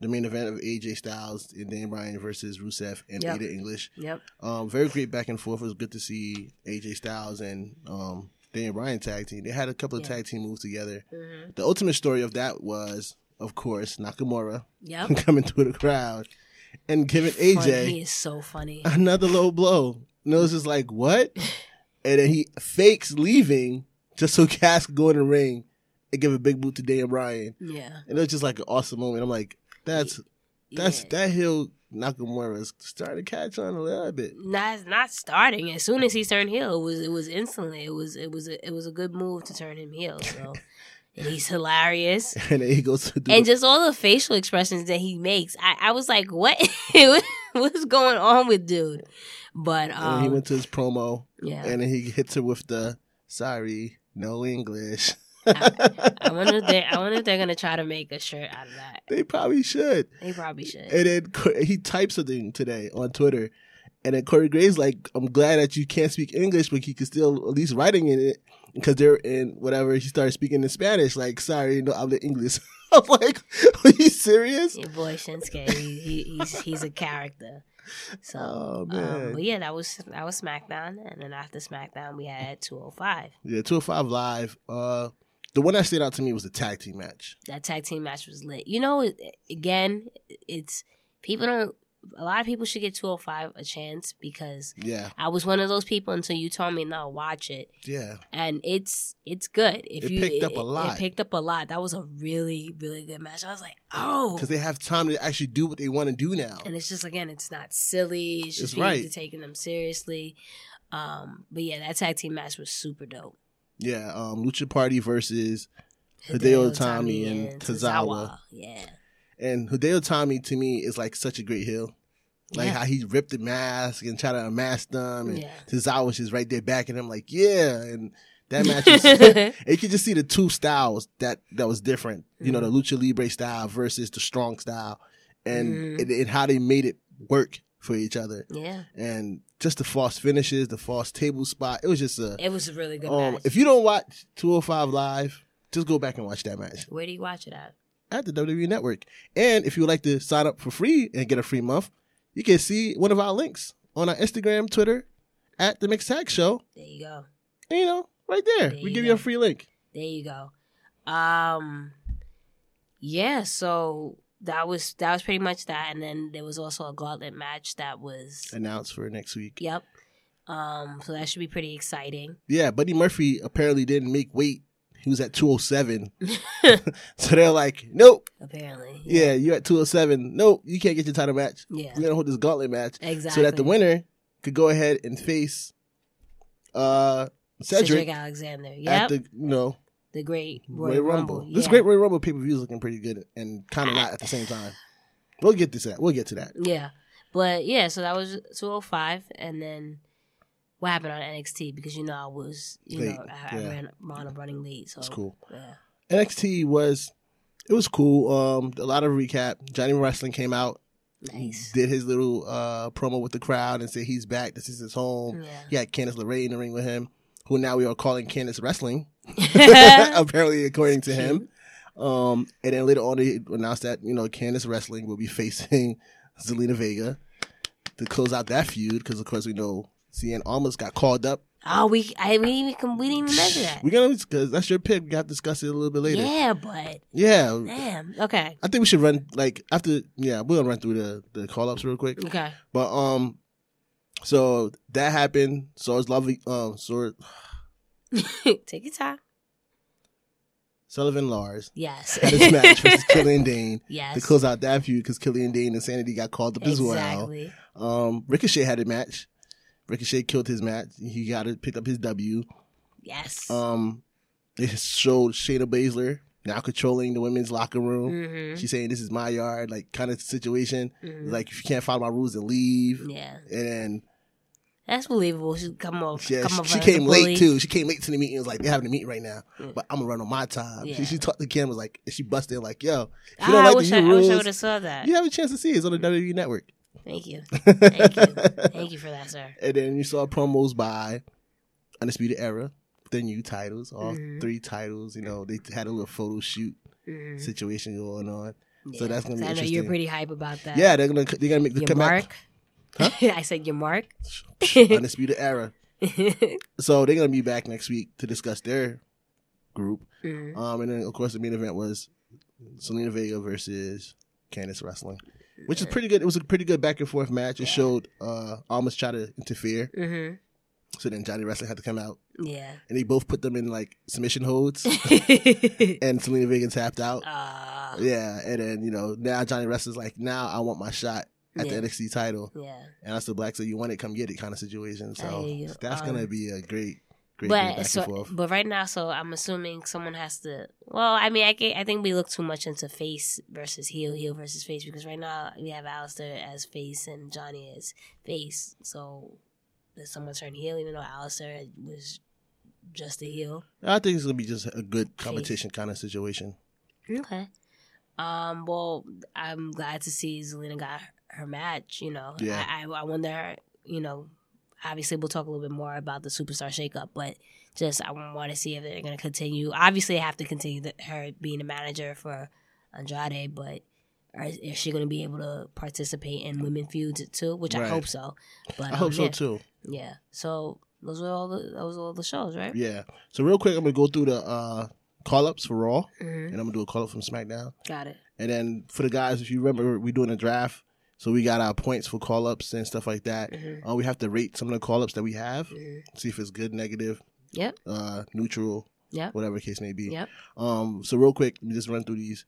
the main event of AJ Styles and Dan Bryan versus Rusev and
Yeah.
Ada English.
Yep.
Um, very great back and forth. It was good to see AJ Styles and um, Dan Bryan tag team. They had a couple of
Yeah.
tag team moves together.
hmm
The ultimate story of that was, of course, Nakamura
Yep.
coming through the crowd and giving AJ.
Funny. He is so funny.
another low blow. And it was just like, what? And then he fakes leaving just so Cass could go in the ring and give a big boot to Dan Bryan.
Yeah.
And it was just like an awesome moment. I'm like, that's that's
yeah.
that hill Nakamura is starting to catch on a little bit.
Nah, it's not starting. As soon as he turned heel, it was it was instantly. It was it was a, it was a good move to turn him heel. So and he's hilarious.
And then he goes to do
and just all the facial expressions that he makes, I, I was like, what? What's going on with dude? But
and then
um,
he went to his promo
yeah,
and then he hits her with the sorry, no English.
I wonder if they, I wonder if they're gonna try to make a shirt out of that.
they probably should.
They probably should.
And then he types something today on Twitter, And then Corey Graves, like, I'm glad that you can't speak English, but you can still at least writing in it because they're in whatever. He started speaking in Spanish. Like, sorry, no hablo English. I'm like, are you serious?
Your boy Shinsuke, he, he, he's he's a character. So,
Oh,
um,
man.
but yeah, that was that was SmackDown, and then after SmackDown, we had 205.
Yeah, 205 Live. Uh, the one that stayed out to me was the tag team match.
That tag team match was lit. You know, it- again, it's people don't. A lot of people should get 205 a chance because
Yeah,
I was one of those people until you told me no, watch it,
yeah.
and it's it's good. If
It
you
picked up a lot.
It picked up a lot. That was a really really good match. I was like, oh,
Because they have time to actually do what they want to do now.
and it's just again, it's not silly. It's
It's
just
right.
people taking them seriously. Um, but yeah, that tag team match was super dope.
Yeah, um, Lucha Party versus Hideo Itami and Tozawa.
Yeah,
And Hideo Tommy to me is like such a great heel. Like
Yeah.
how he ripped the mask and tried to unmask them, and
Yeah.
Tozawa was just right there backing him, like yeah. And that match, was, and you could just see the two styles that that was different. You know, the
Mm.
lucha libre style versus the strong style, and
Mhm.
and, and how they made it work for each other,
yeah,
and just the false finishes, the false table spot. It was just a.
it was a really good
Um,
match.
if you don't watch 205 live, just go back and watch that match
Where do you watch it at?
at the WWE Network. And if you would like to sign up for free and get a free month, you can see one of our links on our Instagram, Twitter, at the Mixed Tag Show.
There you go.
And, you know, right there,
There
we
you
give
go.
you a free link.
There you go. Um, yeah. So that was that was pretty much that, and then there was also a gauntlet match that was.
Announced for next week.
Yep. Um. So that should be pretty exciting.
Yeah, Buddy Murphy apparently didn't make weight. He was at 207. so they're like, nope.
Apparently.
Yeah, you're at 207. Nope, you can't get your title match.
Yeah.
We're going to hold this gauntlet match
Exactly.
so that the winner could go ahead and face uh, Cedric,
Alexander.
at
Yep.
the,
The,
you know,
great
Royal,
Royal
Rumble.
Rumble.
This
yeah.
great Royal Rumble pay per view is looking pretty good and kind of not at the same time. We'll get to that. We'll get to that.
Yeah. But yeah, so that was 205. And then what happened on NXT? Because you know, I was, you
Late,
know, I, I
yeah.
ran on a running late. So
It's cool.
Yeah.
NXT was it was cool. Um, a lot of recap. Johnny Wrestling came out,
Nice.
did his little uh promo with the crowd and said he's back. This is his home.
Yeah.
He had Candice LeRae in the ring with him, who now we are calling Candice Wrestling,
yeah.
apparently according to him. Um, and then later on they announced that you know Candice Wrestling will be facing Zelina Vega to close out that feud because of course we know. CN almost got called up
Oh, we I we didn't even com- we didn't even measure that.
We're gonna because that's your pick. We got to discuss it a little bit later. Yeah.
Yeah, but damn. Okay.
I think we should run like after. Yeah, we're gonna run through the the call ups real quick.
Okay.
But um, so that happened. So it's lovely. Um, so
Take your time.
Sullivan Lars
Yes.
had his match versus Killian Dane
yes.
to close out that feud because Killian Dane and Sanity got called up
exactly.
as well. Um, Ricochet had a match. Ricochet killed his match. He got it. Picked up his W.
Yes.
Um, they showed Shayna Baszler now controlling the women's locker room.
hmm
She's saying this is my yard, like kind of situation.
Mhm.
Like if you can't follow my rules, then leave.
Yeah.
And then
That's believable. She come off.
yeah,
come
she,
off
she
as a
came
bully.
late too. She came late to the meeting. It was like they're having a meeting right now, but I'm gonna run on my time. She,
Mm. Yeah.
she talked to Kim was like she busted in, like, yo, if
Ah,
you don't
I,
like
wish
these
I, I wish I would have
rules,
saw that.
you have a chance to see it. It's on the WWE network.
Thank you. Thank you. Thank you for that, sir.
And then you saw promos by Undisputed Era, their new titles, all
Mhm.
three titles. You know, they had a little photo shoot
Mhm.
situation going on. So
Yeah.
that's gonna be
I know
interesting.
you're pretty hype about that.
yeah, they're gonna they're gonna make the
Your
come back
mark. I said your mark.
Undisputed Era. So they're gonna be back next week to discuss their group.
Mhm.
Um, and then of course the main event was Selena Vega versus Candice Wrestling, which is
Mm-hmm.
pretty good. It was a pretty good back and forth match. It showed uh almost try to interfere,
Mhm.
so then Johnny Wrestling had to come out,
Yeah.
and they both put them in like submission holds, and Selena Vega tapped out.
Ah.
Yeah, and then you know now Johnny Wrestling's like, now I want my shot at
Yeah.
the NXT title,
yeah.
and that's the black so you want it, come get it kind of situation.
I hear
So
you.
that's
Um,
gonna be a great, great, great
But
back and
so,
forth.
but right now, so I'm assuming someone has to. Well, I mean, I, can, I think we look too much into face versus heel, heel versus face because right now we have Alistair as face and Johnny as face. So does someone turn heel, even though Alistair was just a heel?
I think it's gonna be just a good competition kind of situation.
Okay. Um. Well, I'm glad to see Zelina got her match. You know,
Yeah.
I, I I wonder you know, obviously we'll talk a little bit more about the superstar shakeup, but just I want to see if they're going to continue. Obviously, I have to continue the, her being the manager for Andrade, but are, is she going to be able to participate in women feuds too? Which I
Right.
hope so. But
I hope
um,
so
yeah,
too.
Yeah. So those were all the those were all the shows, right?
Yeah. So real quick, I'm gonna go through the uh, call ups for Raw,
hmm
and I'm gonna do a call up from SmackDown,
Got it.
and then for the guys, if you remember, we doing a draft, so we got our points for call ups and stuff like that.
Mhm.
Uh, we have to rate some of the call ups that we have,
Mhm.
see if it's good, negative,
Yep.
uh, neutral,
Yep.
whatever the case may be.
Yep.
Um, so real quick, let me just run through these.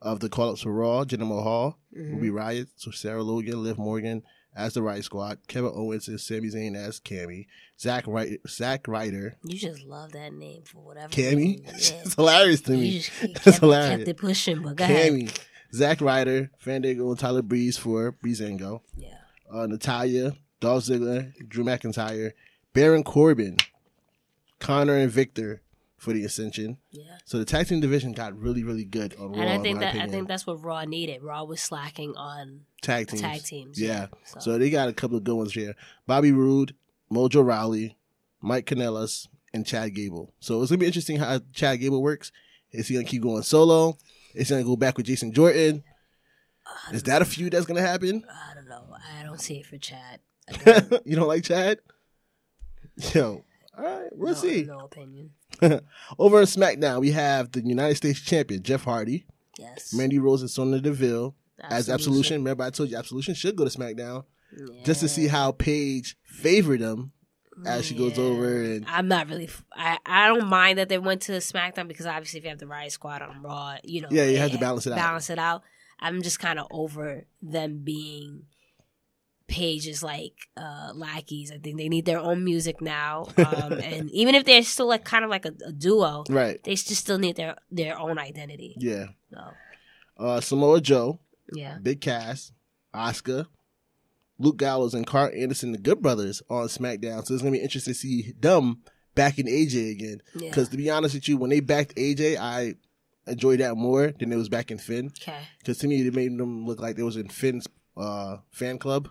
Of the call ups for Raw, Jinder Mahal,
Mhm.
will be Riot, so Sarah Logan, Liv Morgan as the Riot Squad, Kevin Owens and Sami Zayn as Cammy, Zack Ryder, Zack Ryder,
You just love that name for whatever.
Cammy.
reason. Yeah.
it's hilarious to
You
me.
just kept,
That's hilarious.
kept it pushing, but go ahead.
Cammy, Zack Ryder, Fandango, and Tyler Breeze for Breezango,
Yeah.
uh, Natalia, Dolph Ziggler, Drew McIntyre, Baron Corbin, Connor and Victor for the Ascension.
Yeah.
So the tag team division got really, really good on Raw.
And I
in
think
my
that I
opinion.
think that's what Raw needed. Raw was slacking on
tag teams.
tag teams.
Yeah.
So,
So they got a couple of good ones here. Bobby Roode, Mojo Rowley, Mike Kanellis, and Chad Gable. So it's gonna be interesting how Chad Gable works. Is he gonna keep going solo? Is he gonna go back with Jason Jordan?
Uh,
Is that a feud that's gonna happen?
I don't know. I don't see it for Chad. I don't-
you don't like Chad? Yo. All right, we'll
no-
see.
No opinion.
Over on SmackDown, we have the United States champion, Jeff Hardy,
Yes.
Mandy Rose, and Sonya Deville as Absolution.
Absolution.
Remember, I told you Absolution should go to SmackDown just to
Yeah.
see how Paige favored them as she goes
Yeah.
over and
I'm not really. f- I I don't mind that they went to SmackDown because obviously if you have the Riot Squad on Raw, you know.
Yeah, you have to
it-
balance it out.
Balance it out. I'm just kind of over them being pages like uh lackeys. I think they need their own music now, um, and even if they're still like kind of like a, a duo,
right.
they just still need their their own identity.
Yeah.
So
Uh, Samoa Joe,
yeah,
Big Cass, Oscar, Luke Gallows, and Carl Anderson, the Good Brothers, on SmackDown. So it's gonna be interesting to see them backing AJ again.
yeah.
Because to be honest with you, when they backed AJ, I enjoyed that more than it was backing Finn.
okay.
Because to me, it made them look like they was in Finn's uh, fan club.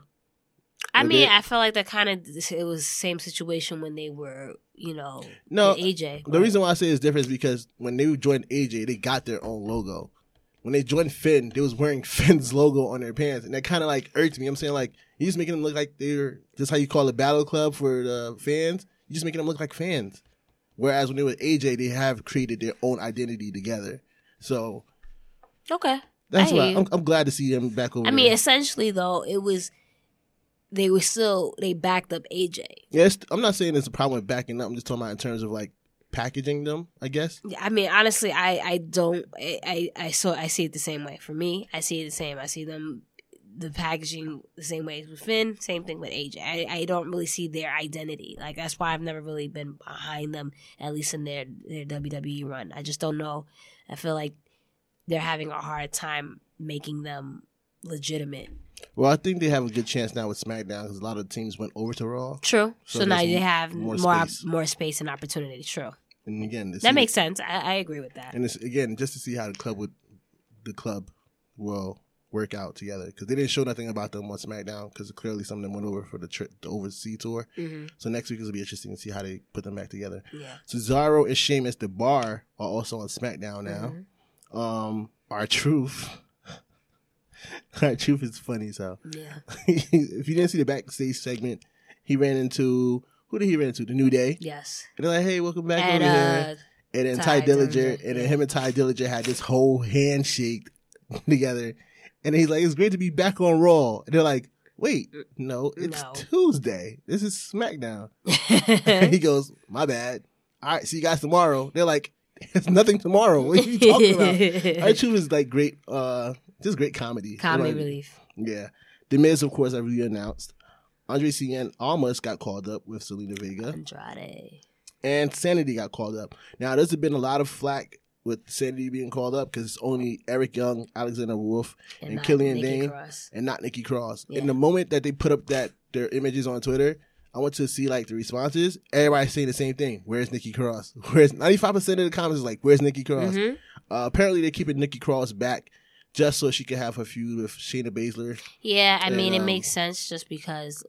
I
They
mean,
did.
I felt like that kind of it was same situation when they were, you know,
No,
with AJ.
The reason why I say it's different is because when they joined AJ, they got their own logo. When they joined Finn, they was wearing Finn's logo on their pants, and that kind of like irked me. I'm saying like you just making them look like they're just how you call it battle club for the fans. You just making them look like fans. Whereas when they were AJ, they have created their own identity together. So
okay.
that's
I hear
why
you.
I'm, I'm glad to see them back over.
I mean,
there.
essentially though, it was they were still they backed up AJ.
yeah, it's, I'm not saying it's a problem with backing up. I'm just talking about in terms of like packaging them. I guess.
I mean, honestly, I I don't I I, I so I see it the same way. For me, I see it the same. I see them the packaging the same way as with Finn. Same thing with AJ. I, I don't really see their identity. Like that's why I've never really been behind them, at least in their their WWE run. I just don't know. I feel like they're having a hard time making them legitimate.
Well, I think they have a good chance now with SmackDown because a lot of teams went over to Raw.
True.
So
So, now
there's
you have
more
more more op-
space.
more space and opportunity. True.
And again, to see
That makes sense. I, I agree with that.
and it's again just to see how the club would the club will work out together because they didn't show nothing about them on SmackDown because clearly some of them went over for the trip the overseas tour.
hmm
So next week is gonna be interesting to see how they put them back together.
Yeah.
Cesaro and Sheamus, the bar, are also on SmackDown now.
Mhm.
Um, our truth. Our truth is funny, so
Mm-hmm. Yeah.
if you didn't see the backstage segment, he ran into who did he run into? The New Day.
Yes.
And they're like, hey, welcome back
And
over here.
uh,
And then Ty,
Ty
Dillinger,
Dillinger,
and then
yeah.
him and Ty Dillinger had this whole handshake together. And he's like, it's great to be back on Raw. And they're like, wait, no, it's
No.
Tuesday. This is SmackDown.
uh,
And he goes, my bad. All right, see you guys tomorrow. They're like, it's nothing tomorrow. What are you talking about? I choose is like great, uh, just great comedy.
Comedy
Like,
relief.
Yeah. The Miz, of course, I already announced. Andre Cien almost got called up with Selena Vega
Andrade.
and Sanity got called up. Now, there's been a lot of flack with Sanity being called up because it's only Eric Young, Alexander Wolf, And
uh,
Killian
Nikki
Dane.
Cross.
and not Nikki Cross.
Yeah.
In the moment that they put up that their images on Twitter, I want to see like the responses. Everybody's saying the same thing. Where's Nikki Cross? Where's 95% of the comments is like, where's Nikki Cross?
Mhm.
Uh, apparently, they're keeping Nikki Cross back just so she could have her feud with Shayna Baszler.
Yeah, I
And,
mean,
um,
it makes sense just because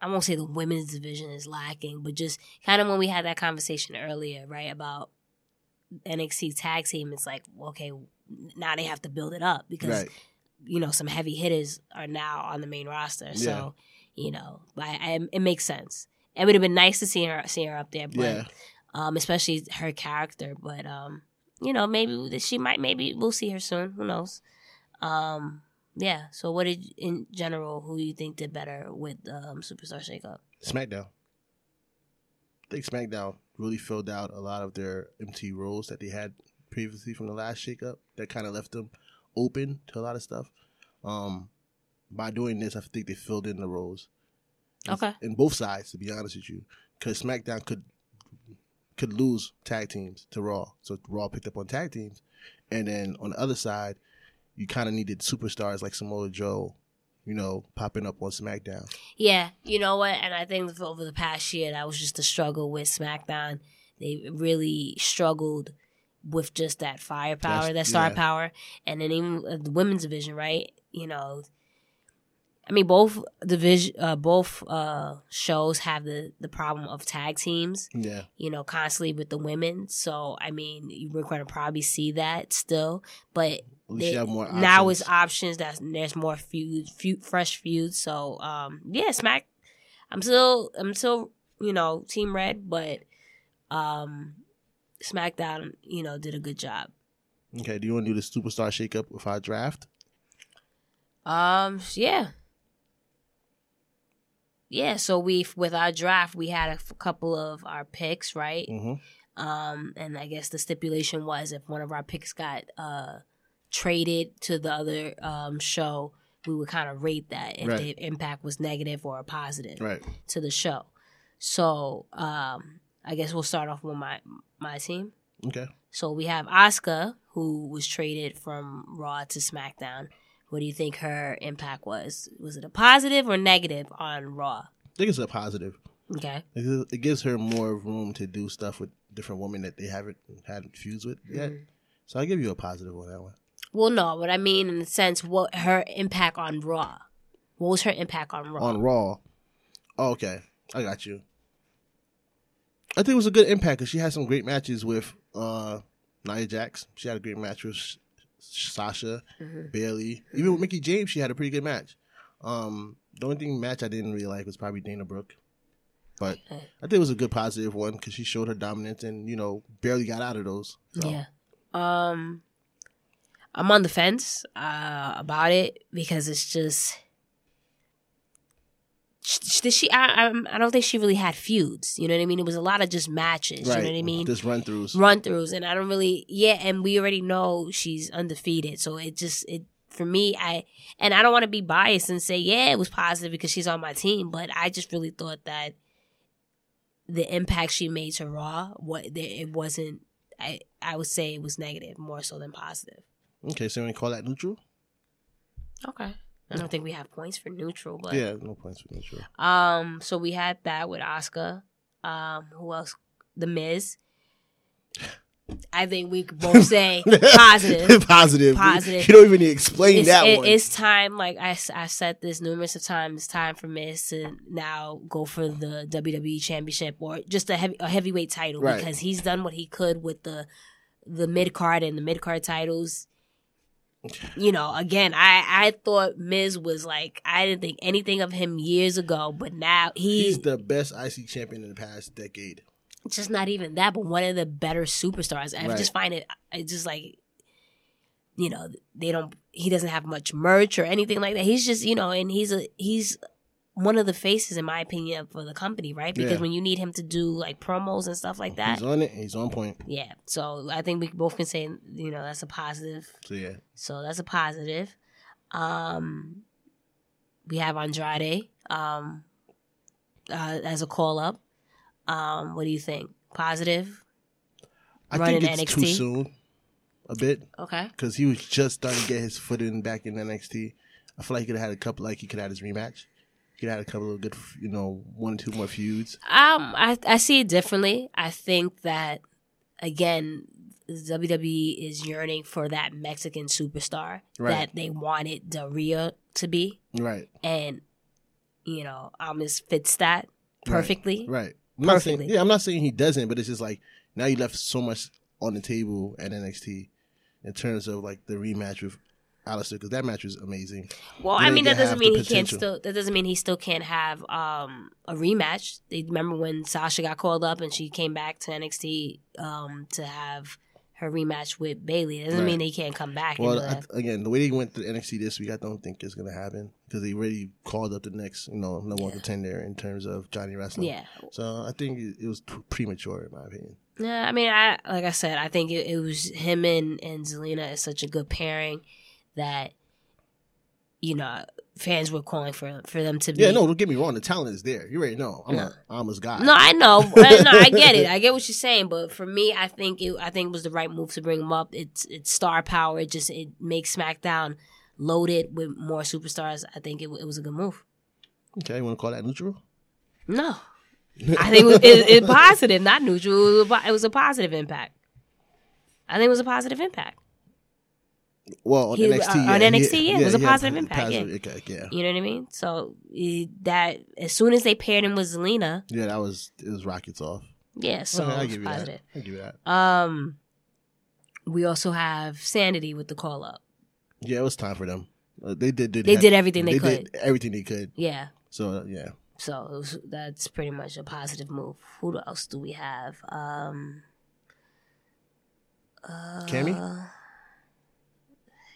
I won't say the women's division is lacking, but just kind of when we had that conversation earlier, right, about NXT tag team, it's like, okay, now they have to build it up because
Right.
you know some heavy hitters are now on the main roster. So you know, I, I, it makes sense. It would have been nice to see her see her up there, but
Yeah.
um, especially her character. But um, you know, maybe she might. Maybe we'll see her soon. Who knows? Um, yeah. So, what did in general? Who you think did better with um, Superstar Shakeup?
SmackDown. I think SmackDown really filled out a lot of their empty roles that they had previously from the last shakeup. That kind of left them open to a lot of stuff. Um, by doing this, I think they filled in the roles.
Okay.
In both sides, to be honest with you, because SmackDown could could lose tag teams to Raw, so Raw picked up on tag teams, and then on the other side, you kind of needed superstars like Samoa Joe, you know, popping up on SmackDown.
Yeah, you know what? And I think for over the past year, that was just the struggle with SmackDown. They really struggled with just that firepower, that
That's-
star
yeah.
power, and then even uh, the women's division, right? You know, I mean, both division, uh, both uh, shows have the the problem of tag teams
Yeah,
you know, constantly with the women. So I mean, you- we're going to probably see that still, but
at least
they-
you have more
now
options.
it's options. That's there's more feud, feud, fresh feuds. So um, yeah, Smack. I'm still, I'm still, you know, Team Red, but um, SmackDown, you know, did a good job.
Okay, do you want to do the superstar shakeup with our draft?
Um, yeah. Yeah, so we with our draft, we had a f- couple of our picks, right?
Mm-hmm.
Um, and I guess the stipulation was if one of our picks got uh, traded to the other um, show, we would kind of rate that if
Right.
the impact was negative or a positive
Right.
to the show. So um, I guess we'll start off with my my team.
Okay.
So we have Asuka, who was traded from Raw to SmackDown. What do you think her impact was? Was it a positive or negative on Raw?
I think it's a positive.
Okay.
It gives- It gives her more room to do stuff with different women that they haven't had fused with yet. So I'll give you a positive on that one.
Well, no, what I mean in the sense, what her impact on Raw? What was her impact on Raw?
On Raw. Oh, okay. I got you. I think it was a good impact because she had some great matches with uh, Nia Jax. She had a great match with Sh- Sh- Sasha,
Mm-hmm.
Bailey. Even with Mickey James, she had a pretty good match. Um, the only thing match I didn't really like was probably Dana Brooke. But
Mm-hmm.
I think it was a good positive one because she showed her dominance and, you know, barely got out of those. So,
Yeah. Um, I'm on the fence uh, about it because it's just. Sh- sh- Did she? I, I'm- I don't think she really had feuds. You know what I mean? It was a lot of just matches. You know what I mean?
Just run throughs.
run throughs and I don't really yeah, and we already know she's undefeated. So it just it for me I and I don't want to be biased and say, yeah, it was positive because she's on my team, but I just really thought that the impact she made to Raw, what there it wasn't I I would say it was negative more so than positive.
Okay, so you want to call that neutral?
Okay. I don't think we have points for neutral, but
yeah, no points for neutral.
um so we had that with Oscar. Um who else? The Miz. I think we could both say positive.
positive.
Positive.
You don't even need to explain
it's,
that
it-
one.
it's time like I, s- I've said this numerous of times it's time for miz to now go for the wwe championship or just a, heavy, a heavyweight title
Right.
because he's done what he could with the the mid-card and the mid-card titles you know again i i thought miz was like i didn't think anything of him years ago but now
He's
he's
the best IC champion in the past decade.
just not even that, but one of the better superstars. I
Right.
just find it, I just like, you know, they don't. He doesn't have much merch or anything like that. He's just, you know, and he's a he's one of the faces, in my opinion, for the company, right? Because
Yeah.
when you need him to do like promos and stuff like that,
He's on it. and He's on point.
yeah. So I think we both can say, you know, that's a positive.
So yeah,
So that's a positive. Um, we have Andrade um, uh, as a call up. Um, what do you think? Positive.
I
Running
think it's too
NXT?
soon, a bit,
Okay.
because he was just starting to get his foot in back in NXT. I feel like he could have had a couple. Like he could have had his rematch. He could have had a couple of good, you know, one or two more feuds.
Um, I I see it differently. I think that again, WWE is yearning for that Mexican superstar
Right.
that they wanted Daria to be,
Right.
and you know, Amis fits that
Right.
perfectly.
Right. I'm not saying,
Perfectly.
yeah, I'm not saying he doesn't, but it's just like now you left so much on the table at NXT in terms of like the rematch with Alistair because that match was amazing.
Well,
They
I mean
didn't
that doesn't
have
mean
the
he can't
potential.
still. That doesn't mean he still can't have um, a rematch. They remember when Sasha got called up and she came back to NXT um, to have her rematch with Bailey. Doesn't
Right.
mean they can't come back. and
Well,
do
I,
that.
again, the way they went through NXT this week, I don't think it's gonna happen because they already called up the next, you know, number
Yeah.
one contender in terms of Johnny Wrestling.
yeah.
So I think it, it was too premature in my opinion.
Yeah, I mean, I like I said, I think it, it was him and and Zelina is such a good pairing that you know fans were calling for for them to be.
Yeah, no, don't get me wrong. The talent is there. You already know. I'm
Yeah.
a Alma's guy.
No, I know. But no, I get it. I get what you're saying. But for me, I think it. I think it was the right move to bring him up. It's it's star power. It just it makes SmackDown loaded with more superstars. I think it, wa- it was a good move.
Okay, you want to call that neutral?
No, I think it, was- it, it positive, not neutral. It was, a, po- it was a positive impact. I think it was a positive impact.
Well, on
He- uh,
NXT,
on
yeah,
NXT, yeah, it was a
yeah,
positive impact, yeah.
okay, yeah.
You know what I mean? So eh, that as soon as they paired him with Zelina,
Yeah, that was it was rockets off.
yeah, so
okay, I
it's
give you
positive.
that. I give you that.
Um, we also have Sanity with the call up.
Yeah, it was time for them. Uh, they did.
They did everything they
Did everything they could.
Yeah.
So uh, yeah,
So it was- that's pretty much a positive move. Who else do we have? Um, uh,
Cammy?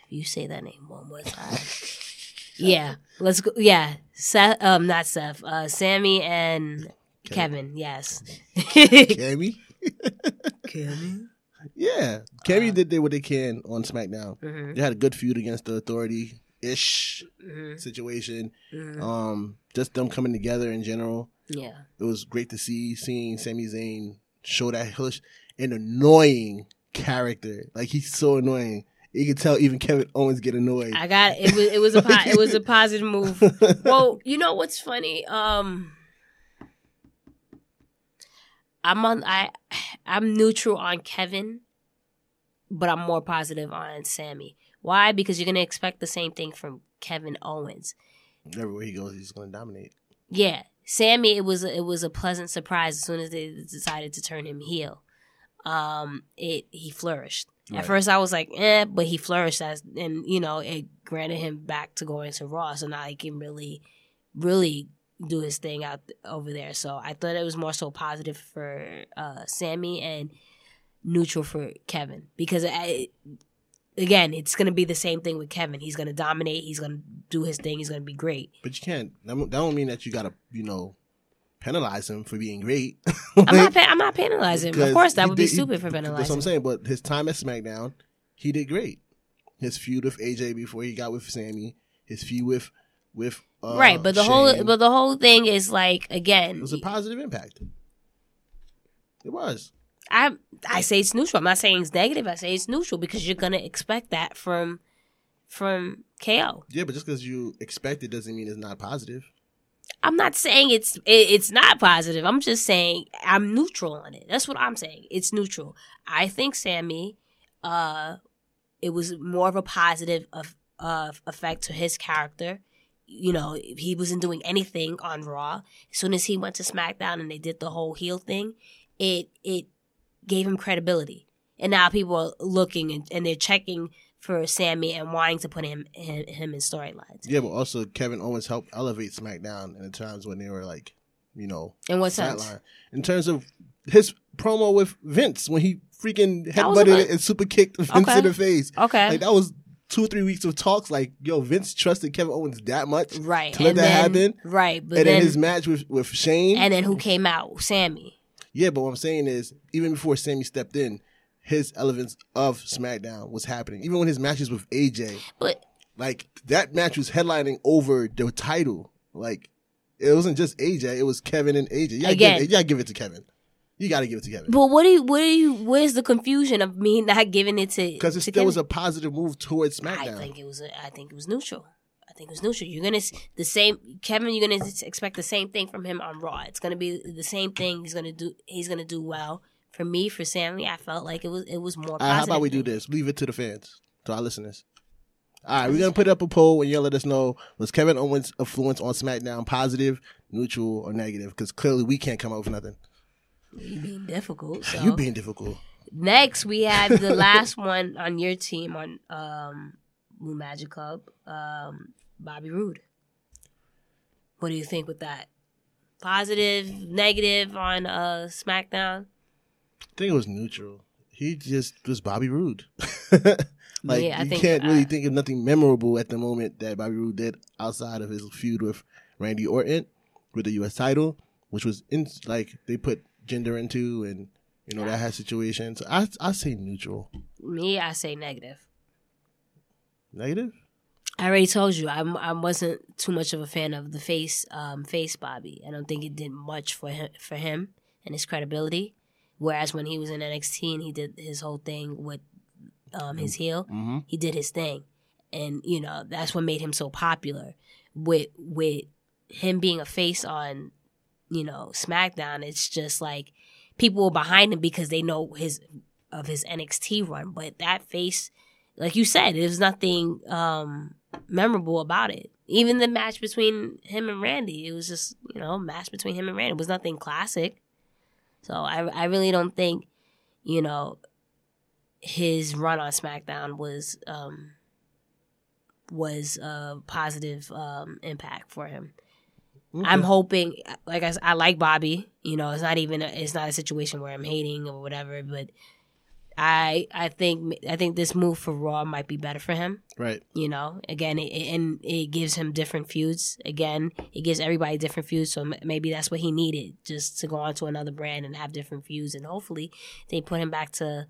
You say that name one more time. yeah, let's go. Yeah, Seth. Um, not Seth. Uh, Sammy and Kevin. yes.
Cammy.
Kevin.
Yeah,
Uh,
Cammy did, did what they can on SmackDown.
hmm
They had a good feud against the Authority ish
hmm
situation.
hmm
Um, just them coming together in general.
Yeah.
It was great to see seeing Sami Zayn show that hush an annoying character. Like he's so annoying. You can tell even Kevin Owens get annoyed.
I got it. Was it was a po- it was a positive move. Well, you know what's funny? Um, I'm on I I'm neutral on Kevin, but I'm more positive on Sammy. Why? Because you're gonna expect the same thing from Kevin Owens.
Everywhere he goes, he's gonna dominate.
Yeah, Sammy. It was a, it was a pleasant surprise as soon as they decided to turn him heel. Um, it he flourished.
Right.
At first, I was like, eh, but he flourished as, and you know, it granted him back to going to Raw, so now he can really, really do his thing out th- over there. So I thought it was more so positive for uh, Sammy and neutral for Kevin because I, again, it's gonna be the same thing with Kevin. He's gonna dominate. He's gonna do his thing. He's gonna be great.
But you can't. That don't- that don't mean that you gotta, you know, penalize him for being great.
I'm not. pa- I'm not penalizing. him. Of
Because
course, that
he
would be
did- he-
stupid for
That's what I'm
penalizing.
saying. But his time at SmackDown, he did great. His feud with AJ before he got with Sammy, his feud with with uh,
right, but the whole
Shane,
but the whole thing is like
it
again.
was a positive impact. It was
I I say it's neutral. I'm not saying it's negative. I say it's neutral because you're gonna expect that from from KO.
yeah, but just because you expect it doesn't mean it's not positive.
I'm not saying it's it, it's not positive. I'm just saying I'm neutral on it. That's what I'm saying. It's neutral. I think Sammy, uh, it was more of a positive of of effect to his character. You know, he wasn't doing anything on Raw. As soon as he went to SmackDown and they did the whole heel thing, it it gave him credibility. And now people are looking and, and they're checking for Sammy and wanting to put him him, him in storylines.
Yeah, but also Kevin Owens helped elevate SmackDown in the times when they were like, you know,
In what sense?
sideline. In terms of his promo with Vince when he freaking
That was a
headbutted
good-
and super kicked Vince
Okay.
in the face.
Okay.
Like that was two three weeks of talks. Like yo, Vince trusted Kevin Owens that much,
right
To let
and
that
then,
happen,
right but
and
then
then his match with with Shane.
and then who came out sammy
yeah, but what I'm saying is, even before Sammy stepped in, his elements of SmackDown was happening. Even when his matches with AJ,
but
like that match was headlining over the title. Like it wasn't just AJ; it was Kevin and AJ. Yeah,
Again.
give, yeah, give it to Kevin. You got to give it to Kevin.
but what do you what do you where's the confusion of me not giving it to
Because it
to
still
Kim?
was a positive move towards
i
SmackDown.
think it was a, i think it was neutral i think it was neutral you're gonna s- the same kevin you're gonna s- expect the same thing from him on raw it's gonna be the same thing he's gonna do he's gonna do well for me for sammy i felt like it was it was more
All right, Uh, how about we do
positive.
this? Leave it to the fans, to our listeners. All right, we're gonna put up a poll and y'all let us know was Kevin Owens' influence on SmackDown positive, neutral, or negative? Because clearly we can't come up with nothing.
You being difficult. So.
You being difficult.
Next, we have the last one on your team on um, Blue Magic Club, um, Bobby Roode. What do you think with that? Positive, negative on uh, SmackDown?
I think it was neutral. He just was Bobby Roode. like
Yeah, I
you
think-
can't really
I-
think of nothing memorable at the moment that Bobby Roode did outside of his feud with Randy Orton with the U.S. title, which was in like they put gender into and you know that had situations. I I say neutral,
Me, I say negative.
negative.
I already told you I'm I wasn't too much of a fan of the face um face Bobby. I don't think it did much for him for him and his credibility. Whereas when he was in NXT and he did his whole thing with um his heel,
Mm-hmm.
he did his thing, and you know that's what made him so popular. With with him being a face on you know SmackDown, it's just like people were behind him because they know his of his NXT run, but that face like you said, there's nothing um, memorable about it. Even the match between him and Randy, it was just you know match between him and Randy it was nothing classic. So I I really don't think you know his run on SmackDown was um, was a positive um, impact for him. I'm hoping, like I, s- I like Bobby. You know, it's not even a, it's not a situation where I'm hating or whatever. But I I think I think this move for Raw might be better for him.
right.
You know, again, it, it- and it gives him different feuds. Again, it gives everybody different feuds. So m- maybe that's what he needed, just to go on to another brand and have different feuds. And hopefully, they put him back to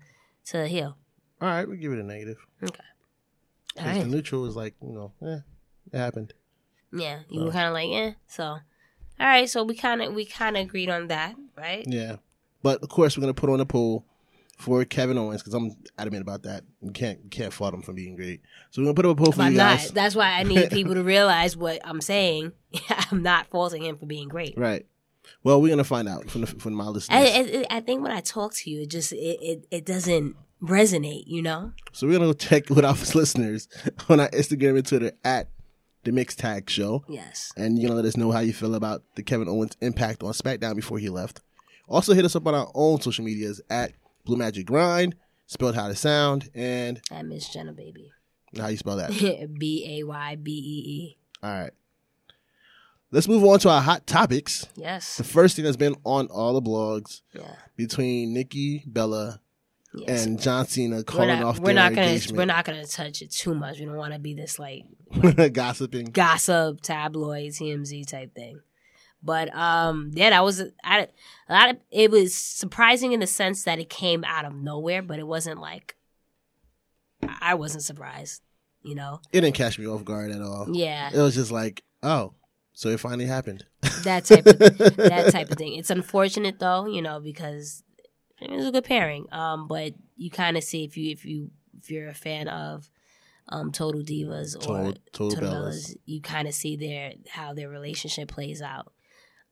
to heel.
All right, we give it a negative.
All
'Cause
right.
The neutral is like you know, eh, it happened.
Yeah, you were kind of like, eh. So, all right. So we kind of we kind of agreed on that, right?
Yeah. But of course, we're gonna put on a poll for Kevin Owens because I'm adamant about that. You can't you can't fault him for being great. So we're gonna put up a poll for
I'm
you
not.
guys.
That's why I need people to realize what I'm saying. I'm not faulting him for being great.
Right. Well, we're gonna find out from the, from my
I,
listeners.
I, I think when I talk to you, it just it, it, it doesn't resonate. You know,
so we're gonna go check with our listeners on our Instagram and Twitter at the Mix Tag Show,
yes,
and you're gonna let us know how you feel about the Kevin Owens impact on SmackDown before he left. Also, hit us up on our own social medias at Blue Magic Grind, spelled how to sound, and
I miss Jenna, baby.
how you spell that.
B a y b e
All right. Let's move on to our hot topics.
e.
The
Yes,
first thing that's been on all the blogs
yeah.
between Nikki Bella
Yes.
and John Cena calling
we're not,
off
we're
their
not gonna we're
engagement,
not gonna touch it too much. We don't want to be this like
gossiping.
gossip tabloid TMZ type thing. But um, yeah, that was I, a lot of. It was surprising in the sense that it came out of nowhere, but it wasn't like I- I wasn't surprised, you know.
It didn't catch me off guard at all.
Yeah,
It was just like, oh, so it finally happened.
that type of that type of thing. It's unfortunate though, you know, because it was a good pairing. Um, but you kind of see if you if you if you're a fan of um Total Divas or
Total, total,
to the
Bellas.
Bellas, you kind of see their how their relationship plays out.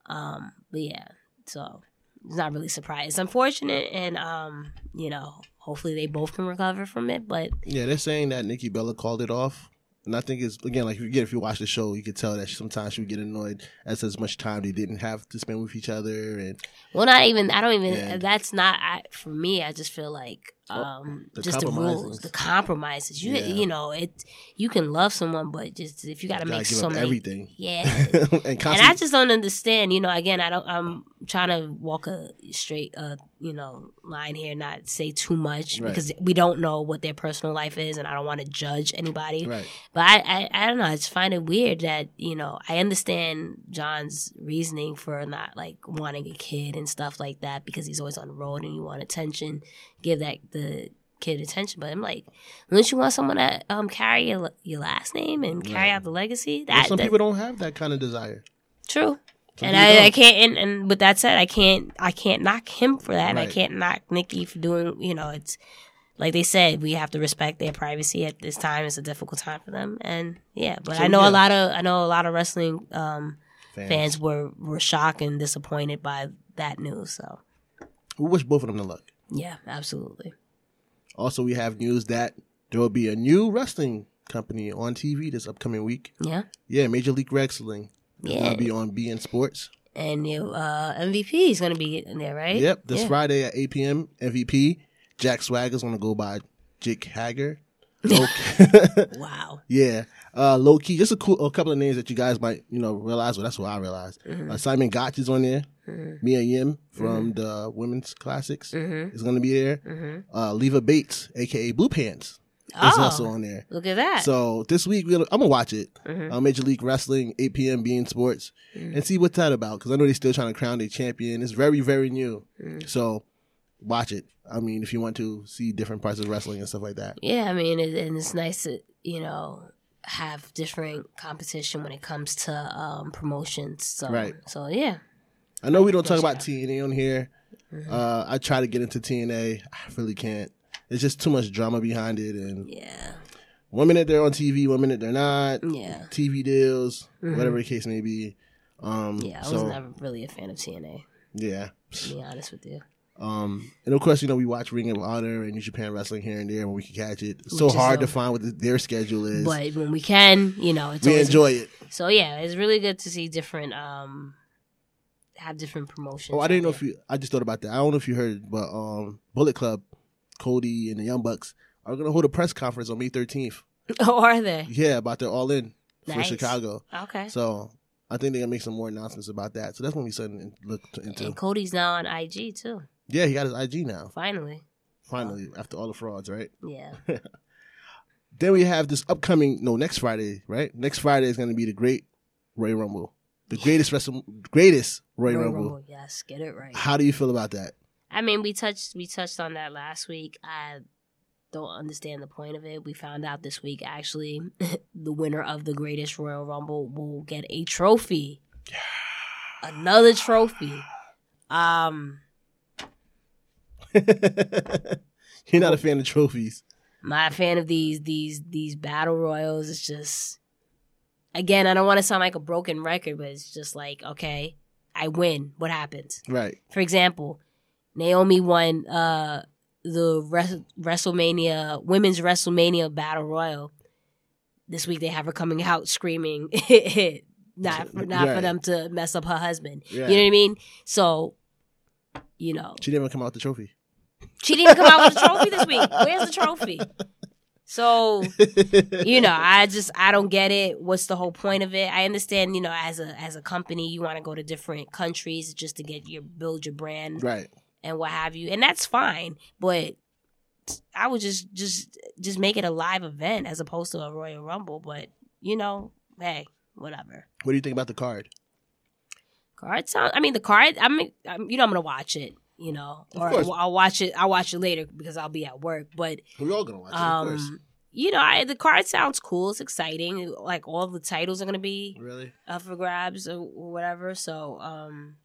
Um, but yeah, so it's not really surprised. It's unfortunate, and um, you know, hopefully they both can recover from it. But
Yeah, they're saying that Nikki Bella called it off. And I think it's again like if you get if you watch the show, you could tell that she, sometimes she would get annoyed as as much time they didn't have to spend with each other, and
well, not even I don't even.
Yeah. Oh,
That's not I, for me. I just feel like um,
the
just the rules,
compromises.
the compromises. You
Yeah.
you know, it you can love someone, but just if you got to
gotta
make
give
so
up
many,
everything.
yeah,
and
and I
constantly,
just don't understand. You know, again, I don't. I'm trying to walk a straight, uh, you know, line here, not say too much
Right.
because we don't know what their personal life is, and I don't want to judge anybody.
right,
But I, I, I don't know. I just find it weird that you know I understand John's reasoning for not like wanting a kid and stuff like that because he's always on the road and you want attention, give that the kid attention. But I'm like, don't you want someone to um carry your, your last name and carry
Right.
out the legacy?
But
That,
some
that-
people don't have that kind of desire.
True.
Some
and
people
I, I
don't.
can't and, and with that said, I can't I can't knock him for that. And I
Right.
can't knock Nikki for doing you know, it's like they said, we have to respect their privacy at this time. It's a difficult time for them. And yeah, but
So,
I know
yeah.
a lot of I know a lot of wrestling um,
Fans.
fans were, were shocked and disappointed by that news. So
We wish both of them the luck.
yeah, absolutely.
Also, we have news that there will be a new wrestling company on TV this upcoming week.
Yeah.
Yeah, Major League Wrestling.
Yeah.
It'll be on BN Sports.
And your uh, MVP is going to be in there, right?
Yep, this
Yeah.
Friday at 8 p.m. MVP. Jack Swagger's gonna go by Jake Hager. Okay.
Wow.
yeah, uh, low key. Just a cool, a couple of names that you guys might you know realize. Well, that's what I realized. Uh, Simon Gotch is on there. Mia Yim from the Women's Classics is gonna be there. Uh, Leva Bates, aka Blue Pants, is
Mm-hmm. Oh.
also on there.
Look at that.
So this week we're, I'm gonna watch it. Uh, Major League Wrestling, 8 p.m. Being Sports, and see what's that about. Because I know they're still trying to crown their champion. It's very very new. So watch it. I mean, if you want to see different parts of wrestling and stuff like that.
yeah, I mean, it, and it's nice to, you know, have different competition when it comes to um, promotions. So,
Right.
So, yeah.
I know we don't talk about TNA on here.
Mm-hmm.
Uh, I try to get into TNA. I really can't. It's just too much drama behind it, and
Yeah.
one minute they're on TV, one minute they're not.
Yeah. Mm-hmm.
TV deals, whatever the case may be. Um,
Yeah. I was
so
never really a fan of TNA,
yeah,
to be honest with you.
Um, and of course, you know, we watch Ring of Honor and New Japan Wrestling here and there when we can catch it. It's so
Which is
hard
a-
to find what the, their schedule is.
But when we can, you know, it's
we
always
enjoy it.
So yeah, it's really good to see different um have different promotions.
Oh, I
out
didn't know
there.
if you, I just thought about that. I don't know if you heard, but um, Bullet Club, Cody and the Young Bucks are going to hold a press conference on May 13th.
Oh, are they?
Yeah, about their all in for
Nice.
Chicago.
Okay.
So I think they're going to make some more announcements about that. So that's going to be something to look to- into.
and Cody's now on IG too.
Yeah, he got his IG now,
Finally.
finally, after all the frauds, right?
Yeah.
Then we have this upcoming no next Friday, right? Next Friday is going to be the great Royal Rumble, the greatest wrestle, greatest Royal
Royal
Rumble.
Rumble, Yes, get it right.
How do you feel about that?
I mean, we touched we touched on that last week. I don't understand the point of it. We found out this week actually the winner of the greatest Royal Rumble will get a trophy. Another trophy. Um
You're not a fan of trophies.
my fan of these these these battle royals it's just again i don't want to sound like a broken record but it's just like okay i win what happens
Right.
for example naomi won uh the Wres- wrestlemania women's wrestlemania battle royal this week they have her coming out screaming not for, not
Right.
for them to mess up her husband
Right.
you know what i mean so you know
She didn't even come out with the trophy.
she didn't come out with a trophy this week. Where's the trophy? So, you know, I just I don't get it. What's the whole point of it? I understand, you know, as a as a company, you want to go to different countries just to get your build your brand
Right.
and what have you, and that's fine. But I would just just just make it a live event as opposed to a Royal Rumble. But you know, hey, whatever.
What do you think about the card?
Card sound. I mean, the card. I mean, I'm, you know, I'm gonna watch it. You know,
Of
or
course.
I'll, I'll watch it. I'll watch it later because I'll be at work. But
We're all gonna watch it, of course.
um, you know, I, the card sounds cool. It's exciting. Like all the titles are gonna be
Really?
up for grabs or whatever. So um,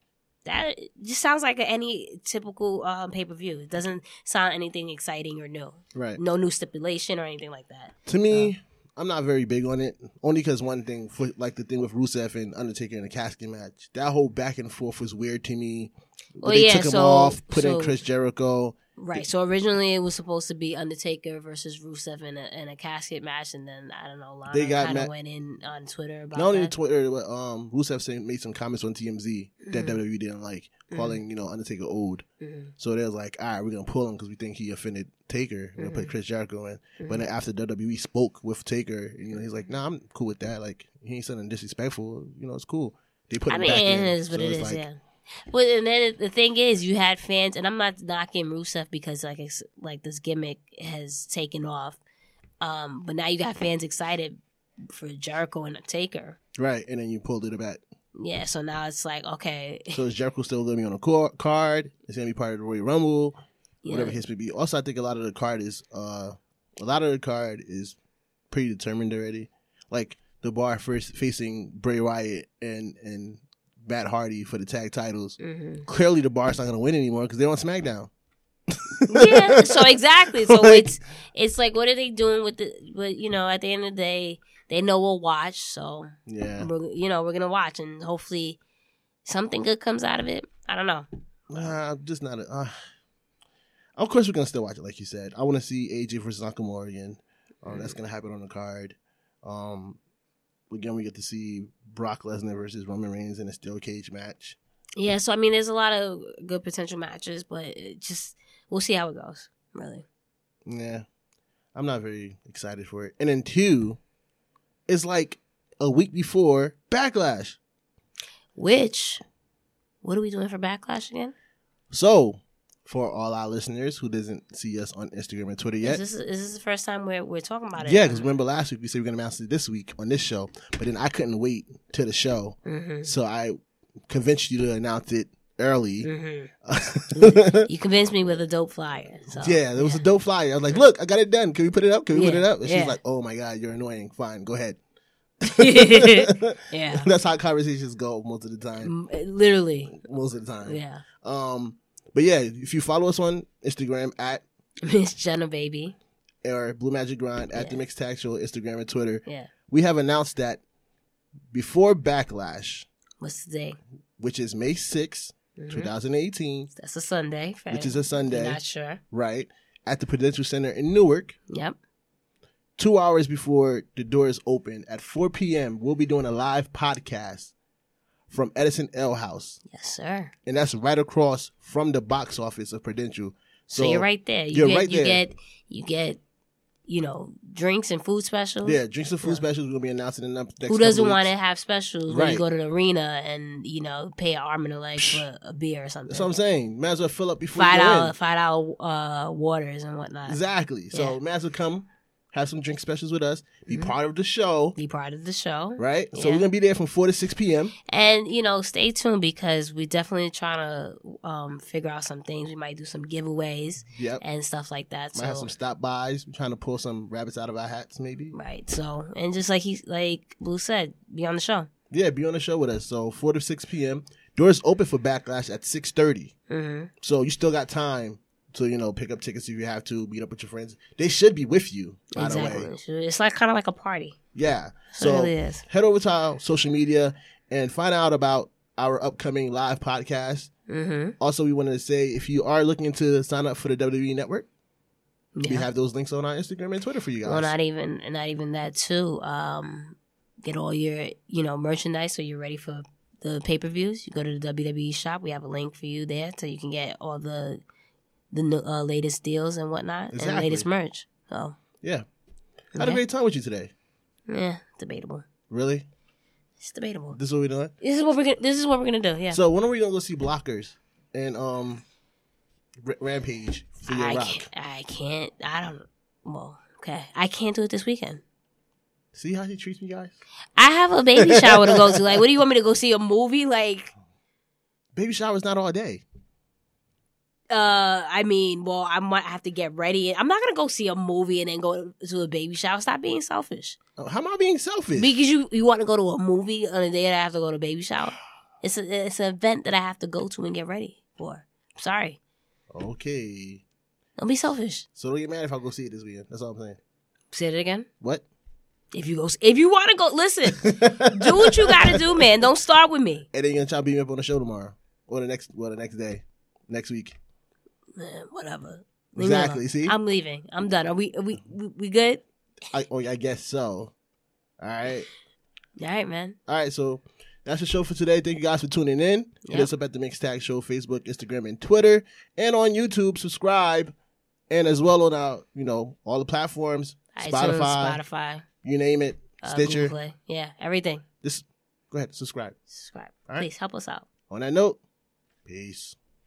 that just sounds like any typical um, pay per view. It doesn't sound anything exciting or new.
Right.
No new stipulation or anything like that.
To me, I'm not very big on it. Only because one thing, for, like the thing with Rusev and Undertaker in the casket match, that whole back and forth was weird to me.
Well,
they
yeah,
took him
so-
off, put in
so-
Chris Jericho.
Right. So originally it was supposed to be Undertaker versus Rusev in a, in a casket match, and then I don't know. Lana
They got
kind of
ma-
went in on Twitter about
not only
that.
Twitter, but um, Rusev said- made some comments on TMZ
Mm.
that WWE didn't like, calling you know Undertaker old.
Mhm.
So they're like, all right, we're gonna pull him because we think he offended Taker. We're
Mm.
gonna put Chris Jericho in. But then after WWE spoke with Taker, and, you know, he's like, nah, I'm cool with that. Like he ain't something disrespectful. You know, it's cool. They put
I
him
mean,
back in.
it is what
So
it
it's
is,
like,
yeah. But and then the thing is, you had fans, and I'm not knocking Rusev because like it's, like this gimmick has taken off. Um, but now you got fans excited for Jericho and Taker.
Right, and then you pulled it back.
Yeah, so now it's like okay,
So is Jericho still gonna be on a cor- card? It's gonna be part of the Royal Rumble,
Yeah.
whatever his may be. Also, I think a lot of the card is uh, a lot of the card is predetermined already. Like the bar first facing Bray Wyatt and and Matt Hardy for the tag titles.
Mhm.
Clearly, the bar's not gonna win anymore because they're on SmackDown.
yeah. So exactly, so
Like-
it's it's like what are they doing with the? But you know, at the end of the day, they know we'll watch. So
Yeah,
we're, you know, we're gonna watch, and hopefully something good comes out of it. I don't know.
nah, I'm just not. A, uh. Of course, we're gonna still watch it, like you said. I want to see AJ versus Nakamura again. Um, That's gonna happen on the card. Um, again, we get to see Brock Lesnar versus Roman Reigns in a steel cage match.
Yeah, so I mean, there's a lot of good potential matches, but it just we'll see how it goes. Really,
Yeah, I'm not very excited for it. And then two, it's like a week before Backlash.
which what are we doing for Backlash again?
So, for all our listeners who doesn't see us on Instagram and Twitter yet,
Is this is this the first time we're we're talking about it?
yeah, because remember last week we said we are gonna announce it this week on this show, but then I couldn't wait till the show,
hmm
so I convinced you to announce it early.
hmm mm-hmm. you convinced me with a dope flyer. So.
yeah, there was a dope flyer. I was like, "Look, I got it done. Can we put it up? Can we put
Yeah,
it up?" And she's
yeah.
like, "Oh my god, you're annoying. Fine, go ahead."
yeah,
That's how conversations go most of the time.
M- literally,
Most of the time.
yeah.
Um, but yeah, if you follow us on Instagram at
Miss Jenna, baby.
or Blue Magic Grind at the
Yeah.
Mixed Tactual Instagram and Twitter,
Yeah,
we have announced that before Backlash,
what's the day?
which is May 6th,
Mhm.
2018,
That's a Sunday, right?
which is a
We're
Sunday,
Not sure.
right, at the Prudential Center in Newark,
Yep.
two hours before the doors open at 4 p.m., we'll be doing a live podcast from Edison L House.
Yes, sir.
And that's right across from the box office of Prudential.
So, you're right there. You
you're
get,
right
you
there.
get you get you know drinks and food specials.
Yeah, drinks and food
Yeah.
specials. We're gonna be announcing in the next.
Who doesn't
couple
want to
weeks.
have specials when
Right.
you go to the arena and you know pay an arm and a leg for a beer or something?
That's what I'm saying. Might as well fill up before
Five
you go
dollar,
in.
five dollar uh, waters and whatnot.
Exactly. So
Yeah.
might as well come, have some drink specials with us, be
Mhm.
part of the show,
Be part of the show,
right? So
Yeah.
we're gonna be there from four to six p.m.
and you know, stay tuned because we're definitely trying to um, figure out some things. We might do some giveaways
Yep.
and stuff like that.
Might have
so
some stop bys. We're trying to pull some rabbits out of our hats, maybe.
right, so and just like he like Blue said, be on the show.
Yeah, be on the show with us. So four to six p.m. Doors open for Backlash at six thirty.
hmm
So you still got time to you know pick up tickets if you have to. Meet up with your friends. They should be with you. By the way,
Exactly. So It's like kind of like a party.
yeah.
So,
So
it really is.
head over to our social media and find out about our upcoming live podcast.
Mm-hmm.
Also, we wanted to say if you are looking to sign up for the WWE network, we
Yeah.
have those links on our Instagram and Twitter for you guys.
Well, not even not even that too. Um, get all your you know merchandise so you're ready for the pay per views. You go to the WWE shop. We have a link for you there so you can get all the the new- uh, latest deals and whatnot and
Exactly.
latest merch. So
yeah. Had a
yeah.
great time with you today.
yeah, debatable.
Really?
It's debatable.
This is what we're doing?
This is what we're gonna. This is what we're gonna do. Yeah.
So when are we going to go see Blockers and um R- Rampage for your
I
rock?
can't. I can't. I don't. Well, okay. I can't do it this weekend.
See how he treats me, guys?
I have a baby shower to go to. Like, what do you want me to go see a movie? Like,
Baby shower's not all day.
uh, I mean, well, I might have to get ready. I'm not gonna go see a movie and then go to a baby shower. Stop being selfish.
Oh, How am I being selfish?
Because you you want to go to a movie on a day that I have to go to a baby shower. It's a, it's an event that I have to go to and get ready for. Sorry,
okay.
don't be selfish.
So don't get mad if I go see it this weekend. That's all I'm saying.
Say it again.
What?
If you go, if you want to go, listen. do what you gotta do, man. Don't start with me.
And then you're gonna try to beat me up on the show tomorrow. Or the next well, the next day. Next week.
Man, whatever. Leave me
Exactly.
alone.
See?
I'm leaving. I'm done. Are we? Are we? We, we good?
I, oh, yeah, I guess so. All right.
All right, man.
All right. So that's the show for today. Thank you guys for tuning in. Hit
Yep.
us up at the Mixed Tag Show, Facebook, Instagram, and Twitter. And on YouTube, subscribe. And as well on our, you know, all the platforms,
iTunes,
Spotify,
Spotify,
you name it,
uh,
Stitcher.
Google Play. Yeah, everything.
This, go ahead, subscribe.
Subscribe.
All right.
Please help us out.
On that note, peace.